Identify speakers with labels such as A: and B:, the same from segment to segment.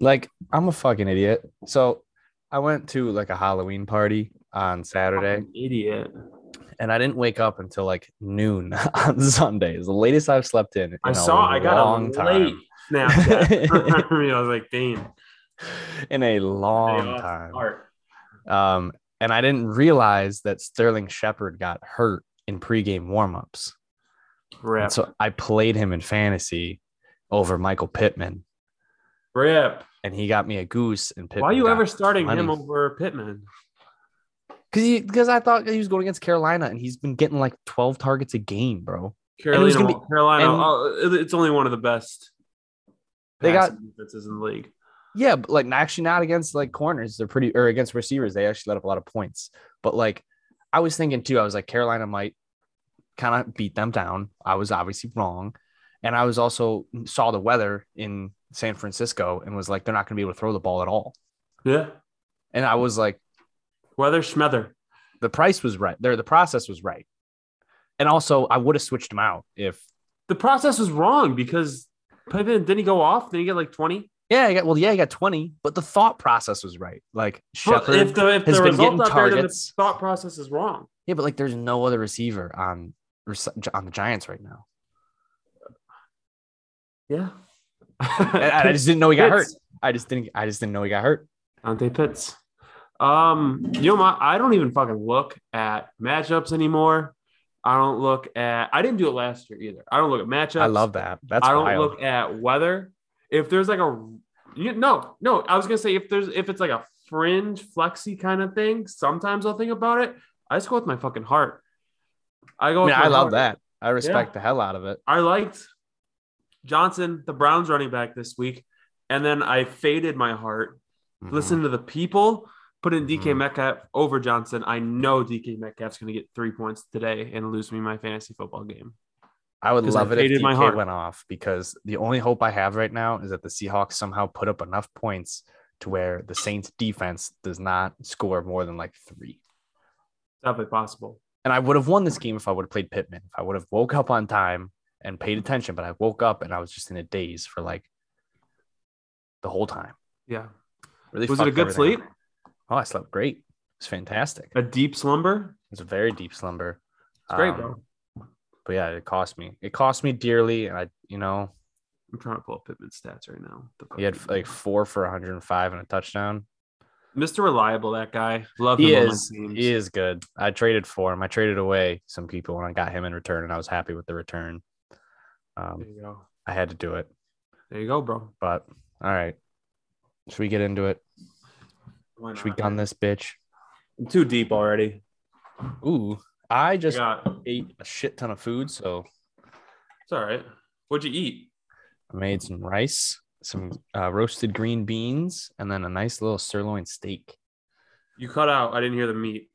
A: Like I'm a fucking idiot. So I went to like a Halloween party on Saturday,
B: Fucking Idiot.
A: and I didn't wake up until like noon on Sunday. It's the latest I've slept in.
B: I
A: in
B: saw. I got a
A: long
B: late
A: time.
B: Snapchat. from you. I was like, "Damn, day
A: In a long
B: off
A: time.
B: art.
A: Um, and I didn't realize that Sterling Shepard got hurt in pregame warmups. And
B: Rip,
A: So I played him in fantasy over Michael Pittman,
B: rip.
A: and he got me a goose. And Pittman
B: Why are you
A: got
B: ever starting
A: plenty.
B: him over Pittman?
A: Because because I thought he was going against Carolina, and he's been getting like twelve targets a game, bro. was
B: Carolina,
A: gonna be-
B: Carolina.
A: and-
B: oh, it- it's only one of the best.
A: They got-
B: passing defenses in the league.
A: Yeah, but like actually not against like corners. They're pretty or against receivers. They actually let up a lot of points. But like I was thinking too, I was like Carolina might kind of beat them down. I was obviously wrong, and I was also mm, saw the weather in San Francisco and was like they're not going to be able to throw the ball at all.
B: Yeah,
A: And I was like
B: weather schmether.
A: the price was right. There the process was right, and also I would have switched him out if
B: The process was wrong because Pittman didn't he go off. Didn't he get like twenty?
A: Yeah, I got well, yeah, I got 20, but the thought process was right. Like
B: Well,
A: Shepard.
B: if the if
A: has
B: the
A: been
B: result
A: getting
B: out there, then the
A: targets.
B: thought process is wrong.
A: yeah, but like there's no other receiver on on the Giants right now.
B: Yeah.
A: And I just didn't know he got hurt. I just didn't I just didn't know he got hurt.
B: Dante Pitts. Um, you know, my, I don't even fucking look at matchups anymore. I don't look at. I didn't do it last year either. I don't look at matchups.
A: I love that. That's
B: I don't
A: wild.
B: look at weather. If there's like a, you, no, no, I was gonna say if there's if it's like a fringe flexy kind of thing, sometimes I'll think about it. I just go with my fucking heart. I go.
A: I
B: with
A: mean,
B: my
A: I love
B: heart.
A: that. I respect the hell out of it.
B: I liked Johnson, the Browns running back this week, and then I faded my heart.
A: Mhm.
B: Listen to the people. Put in DK
A: Mhm.
B: Metcalf over Johnson. I know DK Metcalf's going to get three points today and lose me my fantasy football game.
A: I would
B: 'cause I
A: love it if
B: faded my
A: DK
B: heart.
A: went off because the only hope I have right now is that the Seahawks somehow put up enough points to where the Saints defense does not score more than like three.
B: Definitely possible.
A: and I would have won this game if I would have played Pittman. If I would have woke up on time and paid attention, but I woke up and I was just in a daze for like the whole time.
B: Yeah.
A: Really
B: Was it a
A: fucked
B: good
A: everything
B: sleep?
A: up. Oh, I slept great. It was fantastic. It
B: A deep slumber.
A: was a very deep slumber.
B: It's great,
A: Um,
B: bro.
A: But yeah, it cost me. It cost me dearly, and I, you know,
B: I'm trying to pull up Pittman's stats right now. The
A: he had
B: fucking-
A: like four for 105 and a touchdown.
B: Mr. Reliable, that guy. Love
A: He
B: him
A: is,
B: on my teams.
A: he is good. I traded for him. I traded away some people, and I got him in return, and I was happy with the return.
B: There
A: Um,
B: you go.
A: I had to do it.
B: There you go, bro.
A: But all right. Should we get into it?
B: Why
A: Should we
B: not?
A: gun this bitch?
B: I'm too deep already.
A: Ooh, I just
B: Got,
A: ate a shit ton of food. So
B: it's all right. What'd you eat?
A: I made some rice, some uh, roasted green beans, and then a nice little sirloin steak.
B: You cut out. I didn't hear the meat.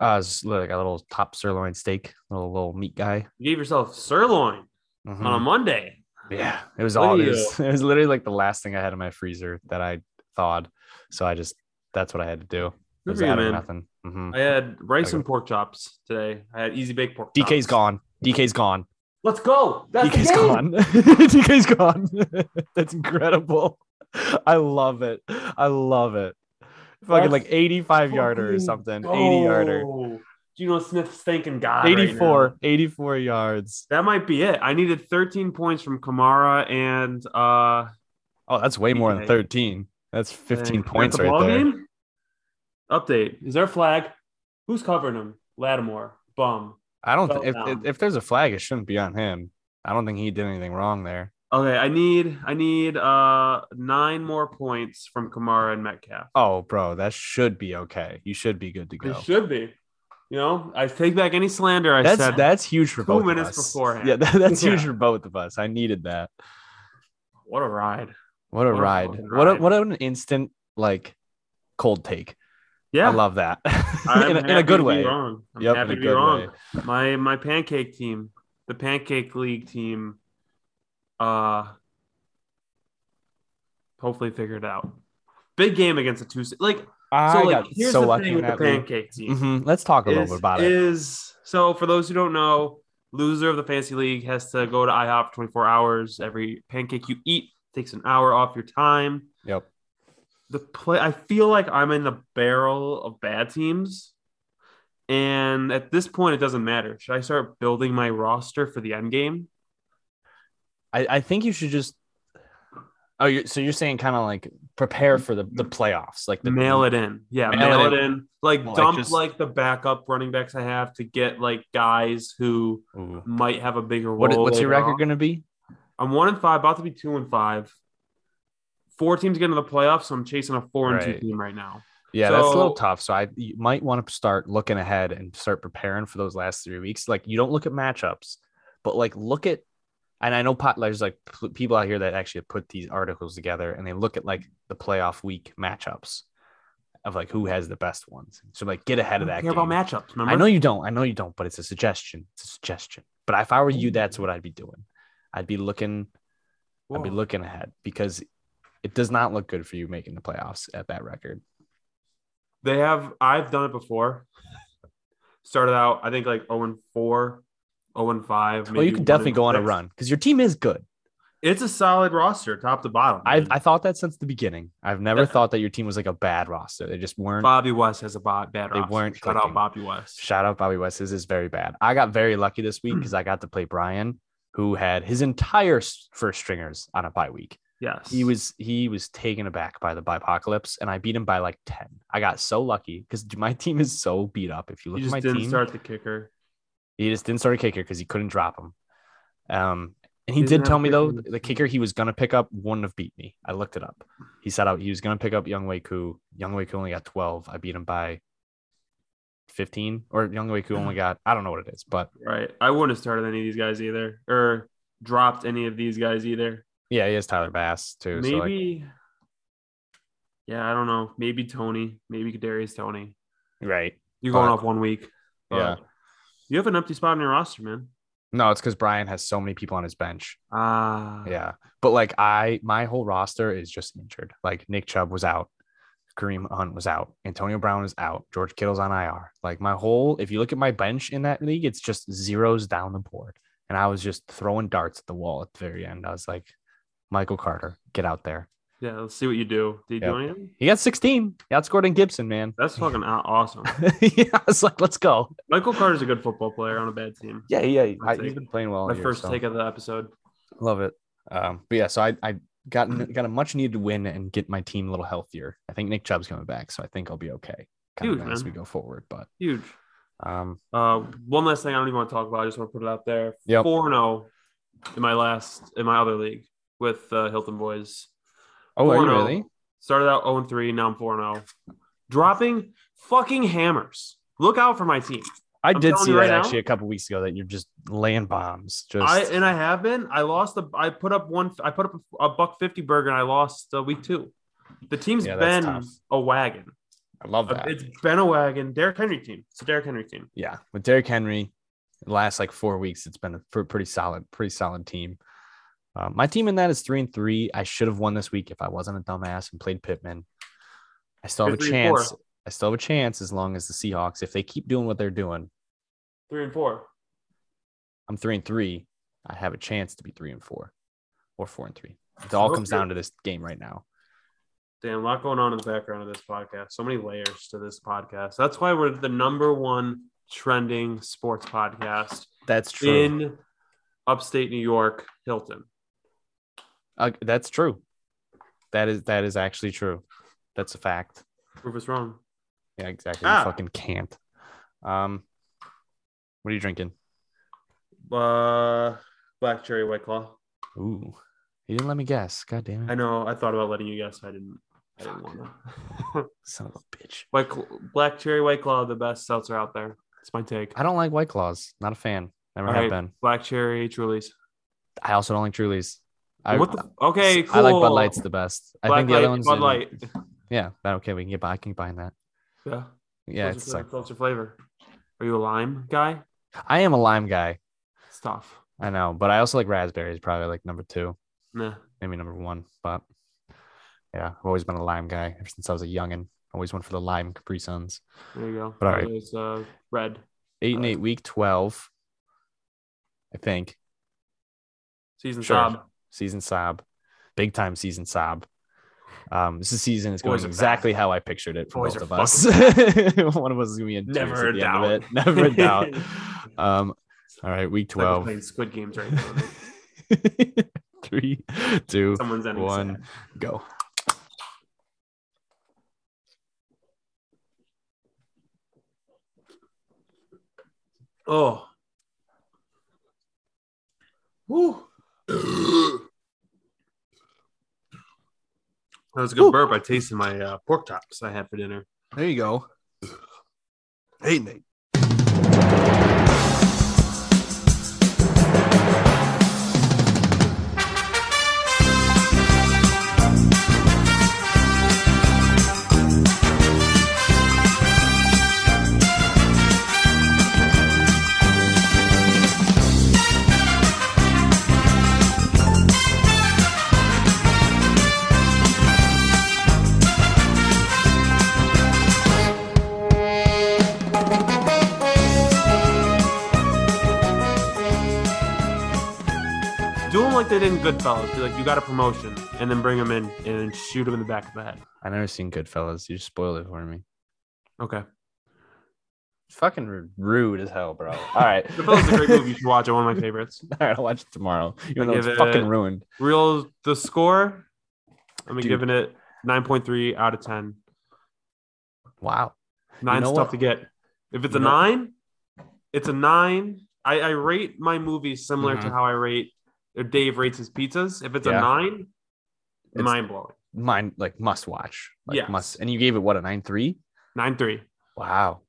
A: Uh, it's like a little top sirloin steak, little little meat guy.
B: You gave yourself sirloin
A: Mhm.
B: on a Monday.
A: yeah, it was
B: Look
A: all.
B: at
A: It was, it was literally like the last thing I had in my freezer that I thawed. So I just that's what I had to do. It
B: Good
A: was
B: for you,
A: out of
B: man.
A: nothing. Mhm.
B: I had rice
A: Okay.
B: and pork chops today. I had easy baked pork.
A: DK's
B: chops.
A: gone. DK's gone.
B: Let's go. That's the
A: DK's
B: game.
A: gone. DK's gone. That's incredible. I love it. I love it. Fucking
B: That's
A: like 85 yarder or
B: fucking
A: something. 80
B: Go.
A: yarder.
B: Geno Smith's thanking God. right now.
A: 84. 84 yards.
B: that might be it. I needed 13 points from Kamara and uh
A: Oh, that's way more than
B: DK.
A: 13. That's 15
B: dang, that's
A: points
B: the
A: right
B: ball
A: there.
B: game? Update. Is there a flag? Who's covering him? Lattimore. Bum.
A: I don't
B: Fell
A: think if,
B: down.
A: if- if there's a flag, it shouldn't be on him. I don't think he did anything wrong there.
B: Okay, I need I need uh nine more points from Kamara and Metcalf.
A: Oh, bro, that should be okay. You should be good to go.
B: It should be. You know, I take back any slander I
A: That's
B: said.
A: that's huge for
B: two
A: both
B: minutes
A: of us.
B: beforehand.
A: Yeah, that- that's huge
B: Yeah.
A: for both of us. I needed that.
B: What a ride.
A: What a
B: What a
A: ride.
B: fucking
A: What a,
B: ride.
A: what an instant like cold take.
B: Yeah.
A: I love that. in,
B: I'm
A: a, in a
B: happy
A: good
B: to be
A: way.
B: Wrong. I'm
A: Yep,
B: happy
A: in a
B: to be
A: good
B: wrong.
A: way.
B: My my pancake team, the pancake league team, uh hopefully figured out. Big game against the two like so
A: I
B: like
A: got
B: here's
A: so
B: the
A: lucky
B: thing
A: in
B: with the
A: that league.
B: pancake team.
A: Mhm. Let's talk a little
B: is-
A: bit about it.
B: is- so for those who don't know, loser of the fantasy league has to go to IHOP 24 hours. Every pancake you eat takes an hour off your time.
A: Yep.
B: the play I feel like I'm in the barrel of bad teams. And at this point it doesn't matter. Should I start building my roster for the end game?
A: I, I think you should just. Oh, you're, so you're saying kind of like prepare for the, the playoffs, like the
B: mail it in. Yeah,
A: Mail
B: mail,
A: it
B: it in.
A: in.
B: Like
A: Like,
B: dump
A: just-
B: like the backup running backs I have to get like guys who
A: Ooh.
B: might have a bigger role.
A: What, what's your
B: later
A: record
B: on.
A: going to be?
B: I'm one and five, about to be two and five. Four teams get into the playoffs, so I'm chasing a four and two
A: Right.
B: team right now.
A: Yeah, that's a little
B: So-
A: tough. So I you might want to start looking ahead and start preparing for those last three weeks. Like you don't look at matchups, but like look at, and I know pot there's like p- people out here that actually put these articles together and they look at like the playoff week matchups of like who has the best ones. So like get
B: I
A: ahead of
B: don't
A: that.
B: care
A: game.
B: about matchups. Remember?
A: I know you don't. I know you don't, but it's a suggestion. It's a suggestion. But if I were you, that's what I'd be doing. I'd be looking. I'd be
B: Whoa.
A: looking ahead because it does not look good for you making the playoffs at that record.
B: They have. I've done it before. Started out, I think like 0 and 4, 0 and 5.
A: well, you
B: maybe
A: can definitely
B: 1
A: go on a
B: six.
A: run because your team is good.
B: It's a solid roster, top to bottom.
A: I
B: man.
A: I thought that since the beginning. I've never
B: Yeah.
A: thought that your team was like a bad roster. They just weren't.
B: Bobby West has a bo- bad
A: They
B: roster.
A: weren't
B: Shout out
A: clicking.
B: Bobby West.
A: Shout out Bobby West. His is very bad. I got very lucky this week because I got to play Brian, who had his entire s- first stringers on a bye week.
B: Yes,
A: He was he was taken aback by the apocalypse, and I beat him by like ten. I got so lucky because my team is so beat up. If you
B: You
A: look at
B: just
A: my
B: didn't
A: team,
B: start the kicker.
A: he just didn't start a kicker because he couldn't drop him. Um, and he
B: He doesn't
A: did
B: have
A: tell
B: a
A: me
B: kicker
A: though
B: in his
A: the
B: team.
A: kicker he was gonna pick up wouldn't have beat me. I looked it up. He said out he was gonna pick up Young Waku. Young Waku only got twelve. I beat him by fifteen, or Young Waku only got I don't know what it is, but
B: Right. I wouldn't have started any of these guys either, or dropped any of these guys either.
A: yeah, he has Tyler Bass too. So like,
B: Maybe. yeah, I don't know. Maybe Tony. Maybe Kadarius Tony.
A: right?
B: You're going
A: But-
B: off one week.
A: Yeah.
B: but You have an empty spot on your roster, man.
A: No, it's because Brian has so many people on his bench.
B: Ah.
A: Yeah, but like I, my whole roster is just injured. Like Nick Chubb was out, Kareem Hunt was out, Antonio Brown is out, George Kittle's on IR. Like my whole, if you look at my bench in that league, it's just zeros down the board. And I was just throwing darts at the wall at the very end. I was like, Michael Carter, get out there.
B: Yeah. Let's see what you do. Did you do anything?
A: He got 16. He outscored in Gibson, man.
B: That's fucking aw- awesome.
A: yeah, I was like, let's go.
B: Michael Carter's a good football player on a bad team.
A: Yeah, yeah.
B: My
A: I,
B: take.
A: he's been playing well. all
B: My
A: year,
B: first
A: Oh, so.
B: take of the episode.
A: Love it. Um, but yeah, so I I got got a much needed win and get my team a little healthier. I think Nick Chubb's coming back, so I think I'll be okay. Kind
B: Huge,
A: of as we
B: man.
A: go forward, but
B: Huge.
A: um,
B: Uh, one last thing I don't even want to talk about. I just want to put it out there.
A: Yep.
B: Four and zero in my last in my other league with uh, Hilton Boys.
A: oh, are you
B: 4-0.
A: really?
B: Started out 0 3, now I'm 4 0. Dropping fucking hammers. Look out for my team.
A: I
B: I'm
A: did
B: telling
A: see
B: you
A: that
B: right now.
A: actually a couple weeks ago that you're just laying bombs. Just
B: I and I have been. I lost the. I put up one. I put up a, buck fifty burger, and I lost uh, week two. The team's
A: Yeah,
B: been
A: that's tough.
B: a wagon. Uh,
A: I love that.
B: It's been a wagon. Derrick Henry team. It's a Derrick Henry team.
A: yeah, with Derrick Henry, the last like four weeks, it's been a pr- pretty solid, pretty solid team. Uh, my team in that is three and three. I should have won this week if I wasn't a dumbass and played Pittman. I still have
B: You're
A: a
B: three and four.
A: chance. I still have a chance as long as the Seahawks, if they keep doing what they're doing,
B: Three and four.
A: I'm three and three. I have a chance to be three and four, or four and three. It all comes
B: Okay.
A: down to this game right now.
B: Damn, a lot going on in the background of this podcast. So many layers to this podcast. That's why we're the number one trending sports podcast
A: That's true.
B: in upstate New York, Hilton.
A: Uh, that's true. That is that is actually true. That's a fact.
B: Prove us wrong.
A: Yeah, exactly.
B: Ah.
A: You fucking can't. Um, what are you drinking?
B: Uh, black cherry white claw.
A: Ooh, you didn't let me guess. God damn
B: I
A: it,
B: know. I thought about letting you guess. I didn't. I didn't want to.
A: son of a bitch.
B: white Cl- black cherry white claw, the best seltzer out there. It's my take.
A: I don't like White Claws. Not a fan. Never
B: All
A: have
B: right.
A: been.
B: Black cherry Trulies.
A: I also don't like Truly's. I,
B: what the? Okay, cool.
A: I like Bud Lights the best. I
B: Black
A: think the
B: Light,
A: other ones.
B: Bud
A: in-
B: Light.
A: Yeah. Okay, we can get. by. I can buy that.
B: Yeah.
A: Yeah,
B: Those
A: it's
B: are
A: like
B: seltzer flavor. Are you a lime guy?
A: I am a lime guy.
B: It's tough.
A: I know, but I also like raspberries. Probably like number two,
B: Nah.
A: maybe number one. But yeah, I've always been a lime guy ever since I was a youngin. Always went for the lime Capri Suns.
B: There you go.
A: But all right.
B: It was, uh, red.
A: Eight and
B: Uh,
A: eight, week twelve, I think.
B: Season
A: Sure.
B: sob.
A: Season sob, big time season sob. Um, this season is
B: Boys
A: going
B: are
A: exactly
B: back.
A: how I pictured it for
B: Boys
A: both
B: are
A: of us. One of us is gonna be in tears
B: Never
A: at
B: a
A: the end of
B: doubt.
A: it. Never a doubt. Um, all right, week
B: It's like we're
A: twelve.
B: playing Squid Games right now.
A: Three, two,
B: Someone's ending
A: One.
B: sad.
A: go.
B: Oh. Woo. That was a good
A: Woo.
B: burp. I tasted my uh, pork chops I had for dinner.
A: There you go. Hey Nate.
B: Do them like they did in Goodfellas. Be like, you got a promotion, and then bring them in and then shoot them in the back of the head.
A: I never seen Goodfellas. You just spoiled it for me.
B: Okay.
A: Fucking ru- rude as hell, bro. All right.
B: Goodfellas is a great movie. You should watch it. One of my favorites.
A: All right, I'll watch it tomorrow. Even though it's
B: give
A: fucking
B: it-
A: ruined.
B: Real the score. I'm
A: Dude.
B: giving it 9.3 out of 10.
A: Wow.
B: Nine's
A: know
B: tough
A: what?
B: to get. If it's
A: You
B: a
A: know-
B: nine, it's a nine. I, I rate my movies similar to
A: Mhm.
B: how I rate or Dave rates his pizzas. If it's
A: Yeah.
B: a nine,
A: It's-
B: mind blowing.
A: Mine like must watch. Like
B: Yes.
A: must and you gave it what a nine three?
B: Nine three.
A: Wow.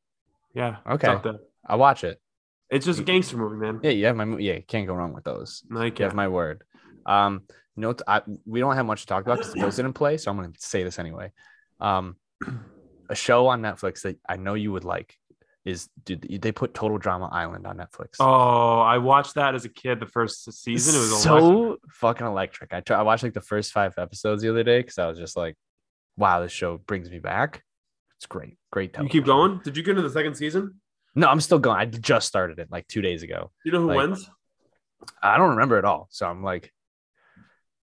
B: Yeah. it's
A: Okay.
B: up there.
A: I'll watch it.
B: It's just a gangster movie, man.
A: Yeah, you have my mo- yeah, can't go wrong with those.
B: Like
A: You have my word. Um, you know, what I, we don't have much to talk about because the Bulls didn't play, so I'm going to say this anyway. Um, a show on Netflix that I know you would like is dude, they put Total Drama Island on Netflix.
B: Oh, I watched that as a kid the first season. It was
A: so
B: electric.
A: fucking electric. I try, I watched like the first five episodes the other day because I was just like, wow, this show brings me back. It's great, great.
B: You
A: television.
B: keep going? Did you get into the second season?
A: No, I'm still going. I just started it like two days ago.
B: Do you know who
A: Like-
B: wins?
A: I don't remember at all, so I'm like,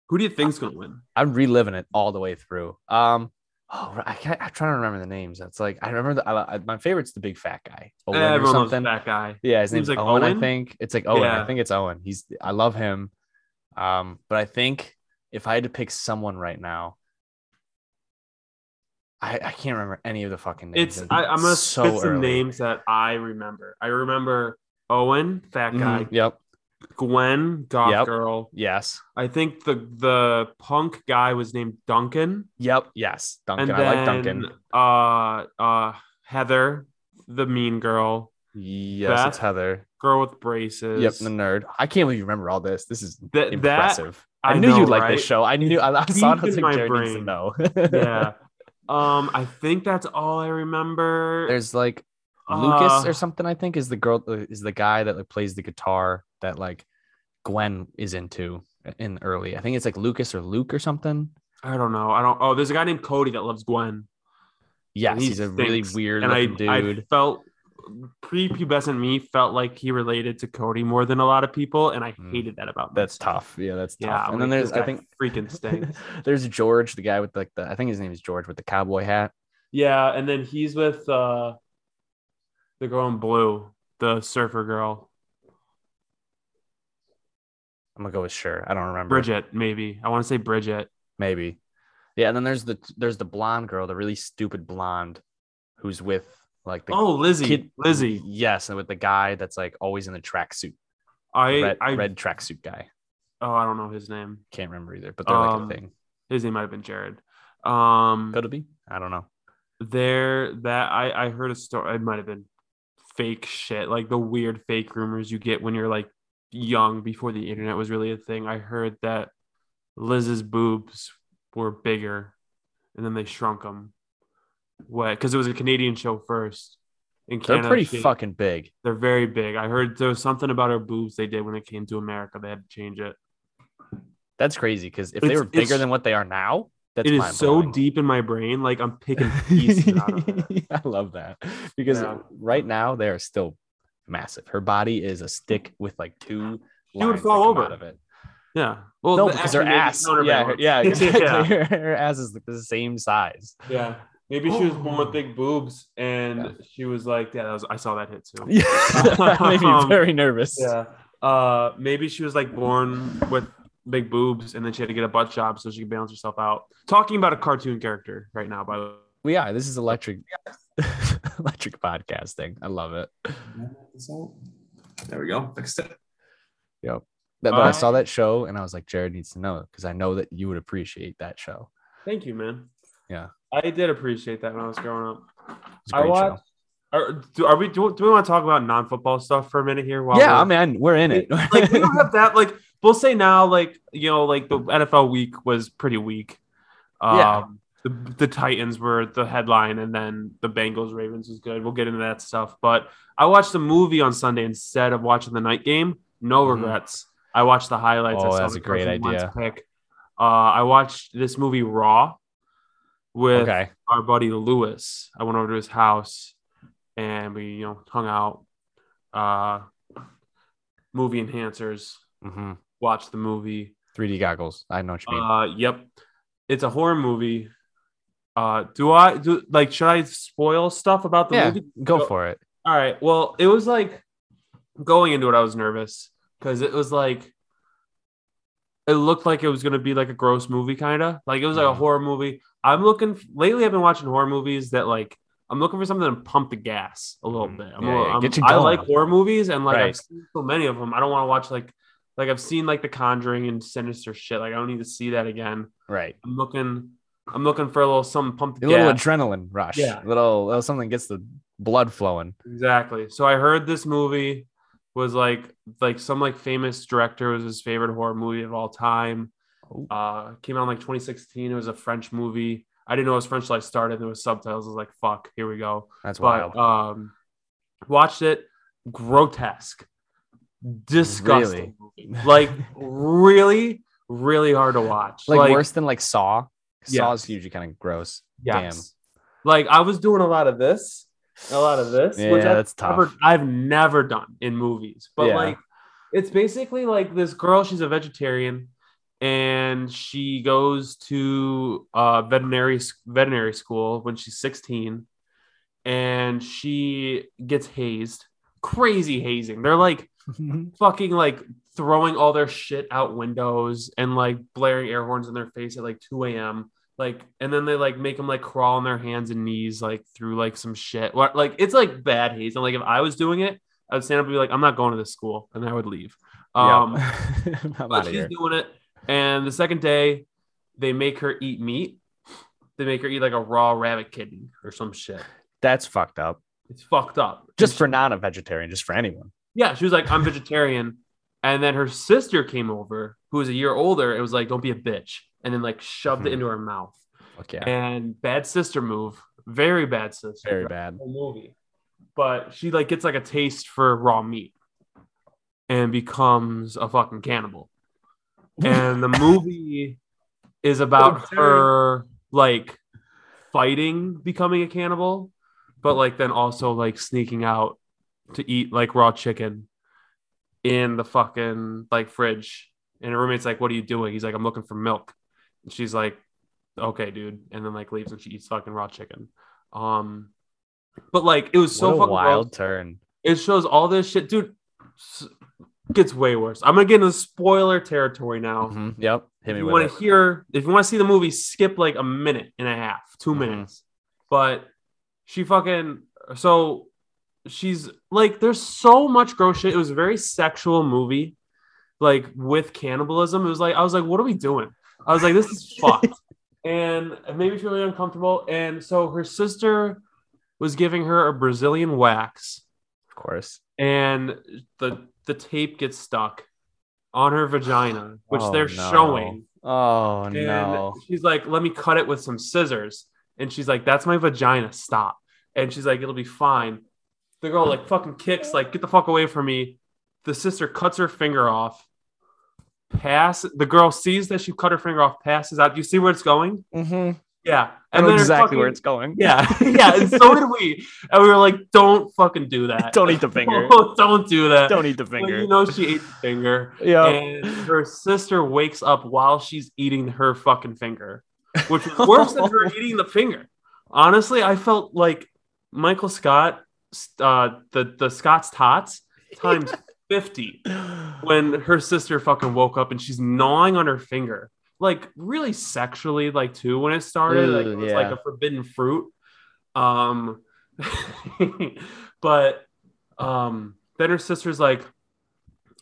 B: Who do you think's gonna win?
A: I'm reliving it all the way through. Um, oh, I can't, I'm trying to remember the names. That's like I remember the, I, I- my favorite's the big fat guy, Owen or
B: Everyone loves
A: something.
B: that guy.
A: Yeah, his
B: Seems
A: name's
B: like
A: Owen, I
B: Owen.
A: think. It's like Owen.
B: Yeah.
A: I think it's Owen. He's I love him. Um, but I think if I had to pick someone right now, I, I can't remember any of the fucking names.
B: It's I, I'm gonna spit some
A: early.
B: names that I remember. I remember Owen, fat guy,
A: Mhm, Yep.
B: Gwen, goth
A: Yep.
B: girl.
A: Yes.
B: I think the the punk guy was named Duncan,
A: Yep. Yes. Duncan.
B: and then
A: I like Duncan.
B: uh uh Heather, the mean girl,
A: Yes, it's
B: Beth.
A: Heather.
B: girl with braces.
A: Yep, the nerd. I can't believe you remember all this. This is
B: Th- that-
A: impressive. I,
B: I
A: knew
B: know,
A: you'd like
B: right?
A: this show. I knew I, I saw it. I
B: Deep
A: was
B: in
A: like,
B: my
A: Jared needs to
B: brain.
A: know.
B: yeah. Um, I think that's all I remember.
A: There's like
B: Uh,
A: Lucas or something. I think is the girl uh, is the guy that like plays the guitar that like Gwen is into in early. I think it's like Lucas or Luke or something.
B: I don't know. I don't. Oh, there's a guy named Cody that loves Gwen.
A: Yes,
B: he
A: he's a really
B: stinks.
A: weird
B: and I,
A: looking
B: I
A: dude.
B: felt prepubescent me felt like he related to Cody more than a lot of people, and I
A: Mm.
B: hated that about
A: that's
B: myself.
A: tough. Yeah, that's
B: Yeah,
A: tough.
B: I'm
A: And then
B: like,
A: there's
B: this
A: I
B: guy
A: think
B: freaking stinks.
A: there's George, the guy with like the I think his name is George with the cowboy hat.
B: yeah, and then he's with uh the girl in blue, the surfer girl,
A: I'm gonna go with sure. I don't remember.
B: Bridget. Maybe I want to say Bridget.
A: maybe. Yeah, and then there's the there's the blonde girl, the really stupid blonde, who's with like the
B: oh, Lizzie,
A: kid
B: Lizzie.
A: Yes, and with the guy that's like always in the tracksuit,
B: I,
A: red,
B: I,
A: red tracksuit guy.
B: oh, I don't know his name.
A: Can't remember either, but they're like
B: Um,
A: a thing.
B: His name might have been Jared. Um,
A: Could it be? I don't know.
B: there that I I heard a story. It might have been fake shit, like the weird fake rumors you get when you're like young before the internet was really a thing. I heard that Liz's boobs were bigger, and then they shrunk them. What? Because it was a Canadian show first. In
A: They're
B: Canada,
A: pretty
B: she-
A: fucking big.
B: They're very big. I heard there was something about her boobs they did when it came to America. They had to change it.
A: That's crazy because if they
B: It's-
A: were bigger
B: it's-
A: than what they are now, that's
B: it is so
A: mind-blowing.
B: deep in my brain, like I'm picking pieces out of it.
A: I love that because
B: Yeah.
A: right now they are still massive. Her body is a stick with like two.
B: She would
A: lines that
B: fall
A: come
B: over.
A: out of it.
B: Yeah. Well,
A: no,
B: the
A: because her
B: actually made it
A: ass. Yeah,
B: counterbalance.
A: yeah, exactly.
B: yeah.
A: Her, her ass is like the same size.
B: Yeah. Maybe she was born
A: Ooh.
B: with big boobs, and she was like, "Yeah, that was, I saw that hit too."
A: Yeah, that made me
B: Um,
A: very nervous.
B: Yeah. Uh, maybe she was like born with big boobs, and then she had to get a butt job so she could balance herself out. Talking about a cartoon character right now, by the
A: We are. This is electric. electric podcasting. I love it.
C: So there we go. Fixed it.
A: That, but I
B: Uh,
A: saw that show and I was like, Jared needs to know because I know that you would appreciate that show.
B: Thank you, man.
A: Yeah.
B: I did appreciate that when I was growing up.
A: It's a
B: I
A: great
B: watched. Are, do, are we do, do we want to talk about non-football stuff for a minute here?
A: show.
B: While
A: Yeah,
B: we're-
A: I mean, we're in it.
B: like we don't have that. Like we'll say now, like you know, like the NFL week was pretty weak. Um,
A: Yeah.
B: The, the Titans were the headline, and then the Bengals Ravens was good. We'll get into that stuff. But I watched the movie on Sunday instead of watching the night game. No
A: Mhm.
B: regrets. I watched the highlights. I
A: Oh,
B: saw
A: that's
B: the
A: a great
B: Carson Wentz
A: idea.
B: Pick. Uh, I watched this movie Raw with
A: okay.
B: our buddy Lewis. I went over to his house and we, you know, hung out. Uh, movie enhancers,
A: hmm
B: watch the movie.
A: 3D goggles. I know what you mean.
B: Uh, yep, it's a horror movie. Uh, do I do like? Should I spoil stuff about the
A: Yeah.
B: movie?
A: Go
B: so-
A: for it.
B: All right. Well, it was like going into it, I was nervous because it was like it looked like it was gonna be like a gross movie, kind of like it was like a
A: Mhm.
B: horror movie. I'm looking lately. I've been watching horror movies that like I'm looking for something to pump the gas a little
A: Mhm.
B: bit. I'm,
A: Yeah,
B: a little-
A: yeah,
B: I'm-
A: get you
B: I
A: going.
B: like horror movies and like
A: Right.
B: I've seen so many of them. I don't want to watch like like I've seen like The Conjuring and Sinister shit. Like I don't need to see that again.
A: Right.
B: I'm looking. I'm looking for a little something pumped
A: A
B: the
A: little
B: gas.
A: adrenaline rush.
B: Yeah.
A: A little, little something gets the blood flowing.
B: Exactly. So I heard this movie was like like some like famous director was his favorite horror movie of all time.
A: Oh.
B: Uh came out in like 2016. It was a French movie. I didn't know it was French till I started. There was subtitles. I was like, fuck, here we go.
A: That's wild.
B: But um watched it. Grotesque. Disgusting. movie. uh, Like really, really hard to watch.
A: like, worse than like Saw.
B: Yeah.
A: Saw is usually kind of gross.
B: Yes. Like I was doing a lot of this, a lot of this,
A: Yeah,
B: which I've
A: that's tough.
B: never, I've never done in movies. But
A: Yeah.
B: like, it's basically like this girl. She's a vegetarian, and she goes to uh, veterinary veterinary school when she's sixteen, and she gets hazed. Crazy hazing. They're like
A: Damn.
B: fucking like throwing all their shit out windows and like blaring air horns in their face at like 2 a.m. Like, and then they like make them like crawl on their hands and knees like through like some shit. What like it's like bad haze. And like if I was doing it, I would stand up and be like, I'm not going to this school, and I would leave. Um,
A: Yeah. I'm out
B: but
A: of
B: she's
A: here.
B: doing it. And the second day, they make her eat meat. They make her eat like a raw rabbit kidney or some shit.
A: That's fucked up.
B: It's fucked up.
A: Just for not a vegetarian, just for anyone.
B: Yeah, she was like, I'm vegetarian. And then her sister came over, who was a year older, and was like, Don't be a bitch. And then like shoved
A: Mhm.
B: it into her mouth.
A: Fuck yeah.
B: And bad sister move. Very bad sister.
A: Very
B: throughout
A: bad.
B: the whole movie. But she like gets like a taste for raw meat and becomes a fucking cannibal. And the movie is about
C: Okay.
B: her like fighting becoming a cannibal, but like then also like sneaking out to eat like raw chicken in the fucking like fridge. And her roommate's like, What are you doing? He's like, I'm looking for milk. And she's like, Okay, dude. And then like leaves and she eats fucking raw chicken. Um but like it was so
A: what a
B: fucking
A: wild
B: wild.
A: turn.
B: It shows all this shit, dude. s- Gets way worse. I'm gonna get into spoiler territory now.
A: Mhm. Yep. Hit me
B: If Um, you
A: with
B: want
A: it.
B: to hear, if you want to see the movie, skip like a minute and a half, 2
A: Mhm.
B: minutes. But she fucking so she's like, there's so much gross shit. It was a very sexual movie, like with cannibalism. It was like I was like, what are we doing? I was like, this is fucked, and it made me feel really uncomfortable. And so her sister was giving her a Brazilian wax
A: Of course.
B: and the the tape gets stuck on her vagina, which
A: Oh,
B: they're
A: no.
B: showing.
A: Oh
B: And
A: no.
B: she's like, "Let me cut it with some scissors," and she's like, "That's my vagina. Stop." And she's like, "It'll be fine." The girl like fucking kicks, like, "Get the fuck away from me!" The sister cuts her finger off. Pass. The girl sees that she cut her finger off. Passes out. Do you see where it's going?
A: Mm-hmm.
B: Yeah.
A: I know
B: then her
A: exactly where
B: fucking-
A: it's going.
B: Yeah, yeah, and so did we. And we were like, "Don't fucking do that.
A: Don't eat the finger.
B: Don't, do that.
A: Don't eat the
B: But
A: finger.
B: you know she ate the finger,
A: yeah.
B: and her sister wakes up while she's eating her fucking finger, which was worse than her eating the finger. Honestly, I felt like Michael Scott, uh, the the Scott's tots times fifty when her sister fucking woke up and she's gnawing on her finger, like really sexually, like too when it started, like it
A: Ooh,
B: was
A: yeah.
B: like a forbidden fruit. Um, but um, then her sister's like,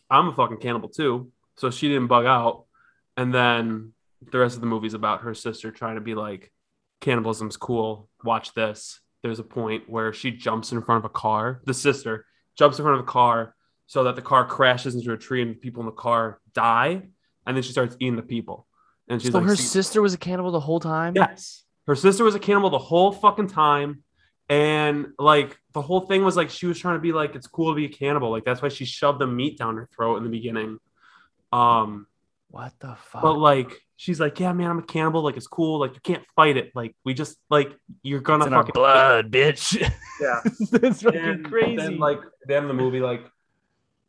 B: "I'm a fucking cannibal too," so she didn't bug out. And then the rest of the movie's about her sister trying to be like, "Cannibalism's cool. Watch this." There's a point where she jumps in front of a car. The sister jumps in front of a car so that the car crashes into a tree and the people in the car die. And then she starts eating the people. And she's
A: So
B: like,
A: her
B: "See-
A: sister was a cannibal the whole time.
B: Yes. Her sister was a cannibal the whole fucking time. And like the whole thing was like she was trying to be like, it's cool to be a cannibal. Like that's why she shoved the meat down her throat in the beginning. Um,
A: What the fuck?
B: but like she's like, Yeah, man, I'm a cannibal, like it's cool, like you can't fight it. Like we just like you're gonna
A: it's in our
B: fucking
A: blood, bitch.
B: Yeah.
A: That's fucking
B: And
A: crazy.
B: Then, like then the movie, like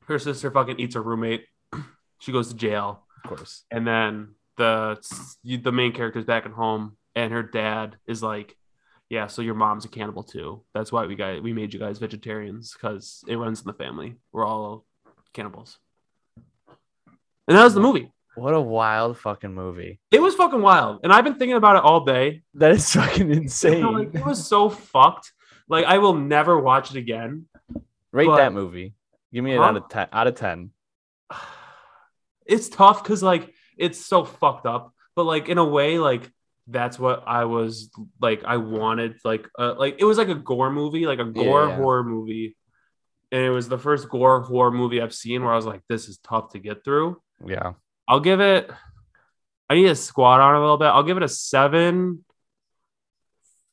B: her sister fucking eats her roommate. she goes to jail.
A: of course.
B: and then the the main character's back at home and her dad is like yeah so your mom's a cannibal too that's why we guys we made you guys vegetarians because it runs in the family we're all cannibals and that was the movie
A: What a wild fucking movie.
B: it was fucking wild and i've been thinking about it all day
A: That is fucking
B: You
A: insane.
B: know, like, it was so fucked like i will never watch it again
A: Rate
B: but-
A: that movie. Give me it
B: Huh?
A: out of ten. Out of ten.
B: it's tough because like it's so fucked up but like in a way like that's what i was like i wanted like uh, like it was like a gore movie like a gore
A: yeah.
B: horror movie and it was the first gore horror movie i've seen where i was like this is tough to get through
A: Yeah.
B: i'll give it i need to squat on it a little bit i'll give it a seven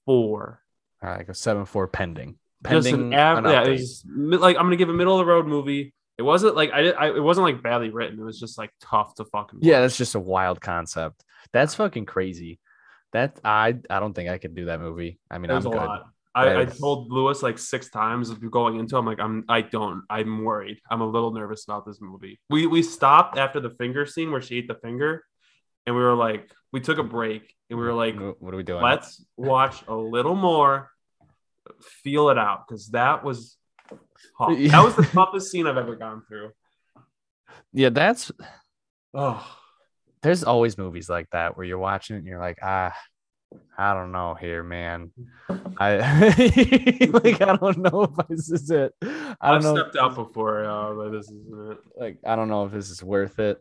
B: four
A: All right, like a seven four pending.
B: just
A: Pending.
B: an av- yeah, it
A: update.
B: was mi- like I'm gonna give a middle of the road movie. It wasn't like I, did, I it wasn't like badly written. It was just like tough to fucking
A: yeah,
B: watch.
A: that's just a wild concept. That's fucking crazy. That I I don't think I could do that movie. I mean,
B: It was
A: I'm
B: a
A: good.
B: lot. I, I
A: That is-
B: told Lewis like six times going into. it, I'm like I'm I don't. I'm worried. I'm a little nervous about this movie. We we stopped after the finger scene where she ate the finger, and we were like we took a break and we were like
A: Wh- what are we doing?
B: let's watch a little more, feel it out because that was. tough.
A: Yeah.
B: That was the toughest scene I've ever gone through.
A: Yeah, that's
B: Oh,
A: there's always movies like that where you're watching it and you're like, ah, I don't know here, man. I like I don't know if this is it. I
B: I've
A: don't know.
B: stepped out before, uh, but this isn't it.
A: like I don't know if this is worth it.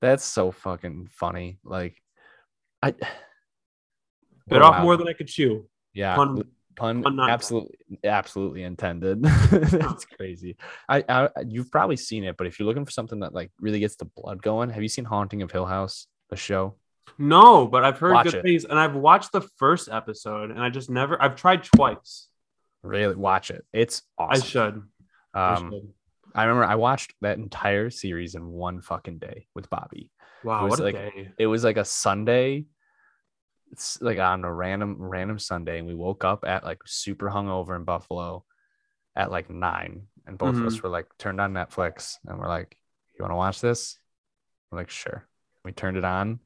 A: That's so fucking funny. Like I
B: Bit
A: Oh,
B: off
A: wow.
B: more than I could chew.
A: yeah
B: Pun-
A: pun,
B: pun not intended.
A: absolutely absolutely intended. That's crazy. I, I you've probably seen it, but if you're looking for something that like really gets the blood going, have you seen Haunting of Hill House? The show.
B: No, but I've heard
A: Watch
B: good
A: it.
B: things, and I've watched the first episode, and I just never. I've tried twice.
A: Really watch it. It's awesome.
B: I should. I
A: Um,
B: should.
A: I remember I watched that entire series in one fucking day with Bobby. it
B: Wow,
A: was
B: what a
A: like-
B: day!
A: It was like a Sunday. It's like on a random random Sunday, and we woke up at like super hungover in Buffalo at like nine, and both of us
B: Mm-hmm.
A: were like turned on Netflix, and we're like, "You want to watch this?" We're like, "Sure." We turned it on,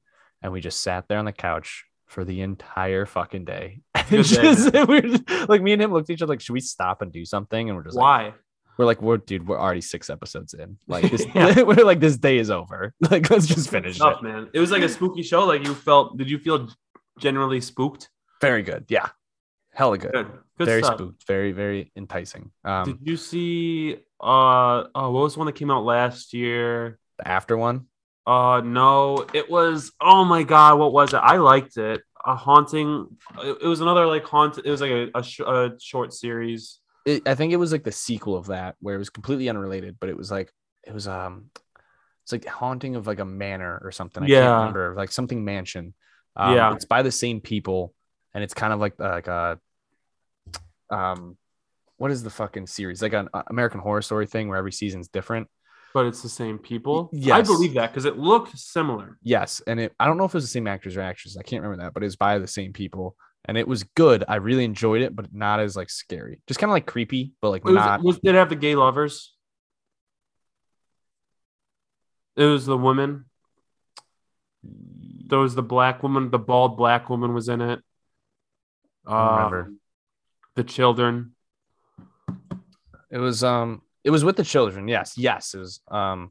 A: and we just sat there on the couch for the entire fucking day.
B: Good day,
A: Just- we were just- like me and him looked at each other like, "Should we stop and do something?" And we're just like,
B: Why?
A: we're like, we're dude, we're already six episodes in. Like this,
B: Yeah.
A: we're like, this day is over. Like, let's just finish it.
B: Tough, man. It was like a spooky show. Like you felt. Did you feel generally spooked?
A: Very good. Yeah. Hella good.
B: Good. Good
A: very
B: stuff.
A: spooked. Very, very enticing. Um
B: Did you see? Uh, oh, what was the one that came out last year?
A: the after one.
B: Uh no, it was oh my god, what was it? I liked it. A haunting. It, it was another like haunt. It was like a, a, sh- a short series.
A: It, I think it was like the sequel of that where it was completely unrelated, but it was like it was um it's like haunting of like a manor or something. I
B: Yeah.
A: can't remember, like something mansion. Um,
B: Yeah.
A: it's by the same people and it's kind of like like a um what is the fucking series? Like an uh, American horror story thing where every season's different.
B: But it's the same people.
A: Y- yes.
B: I believe that because it looked similar.
A: Yes, and it, I don't know if it was the same actors or actresses. I can't remember that, but it was by the same people, and it was good. I really enjoyed it, but not as like scary. Just kind of like creepy, but like
B: It was-
A: not.
B: was- did it have the gay lovers? It was the woman. There was the black woman. The bald black woman was in it.
A: don't remember.
B: Um, the children.
A: It was um. It was with the children. Yes, yes. It was um,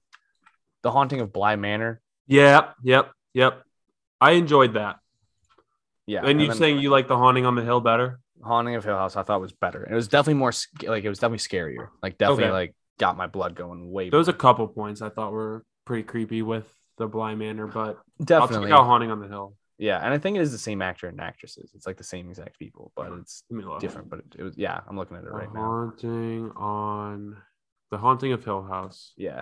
A: the haunting of Bly Manor.
B: Yep, yep, yep. I enjoyed that.
A: Yeah,
B: and you
A: then
B: saying you like the haunting on the hill better?
A: haunting of Hill House, I thought was better. It was definitely more sc- like it was definitely scarier. Like definitely
B: Okay.
A: like got my blood going way.
B: There was a
A: more.
B: couple points I thought were pretty creepy with the blind manor, but
A: definitely
B: I'll check out haunting on the hill.
A: yeah, and I think it is the same actor and actresses. It's like the same exact people, but it's
B: Give me a look.
A: different. But it, it was yeah, I'm looking at it
B: The
A: right now.
B: haunting on the haunting of Hill House.
A: Yeah,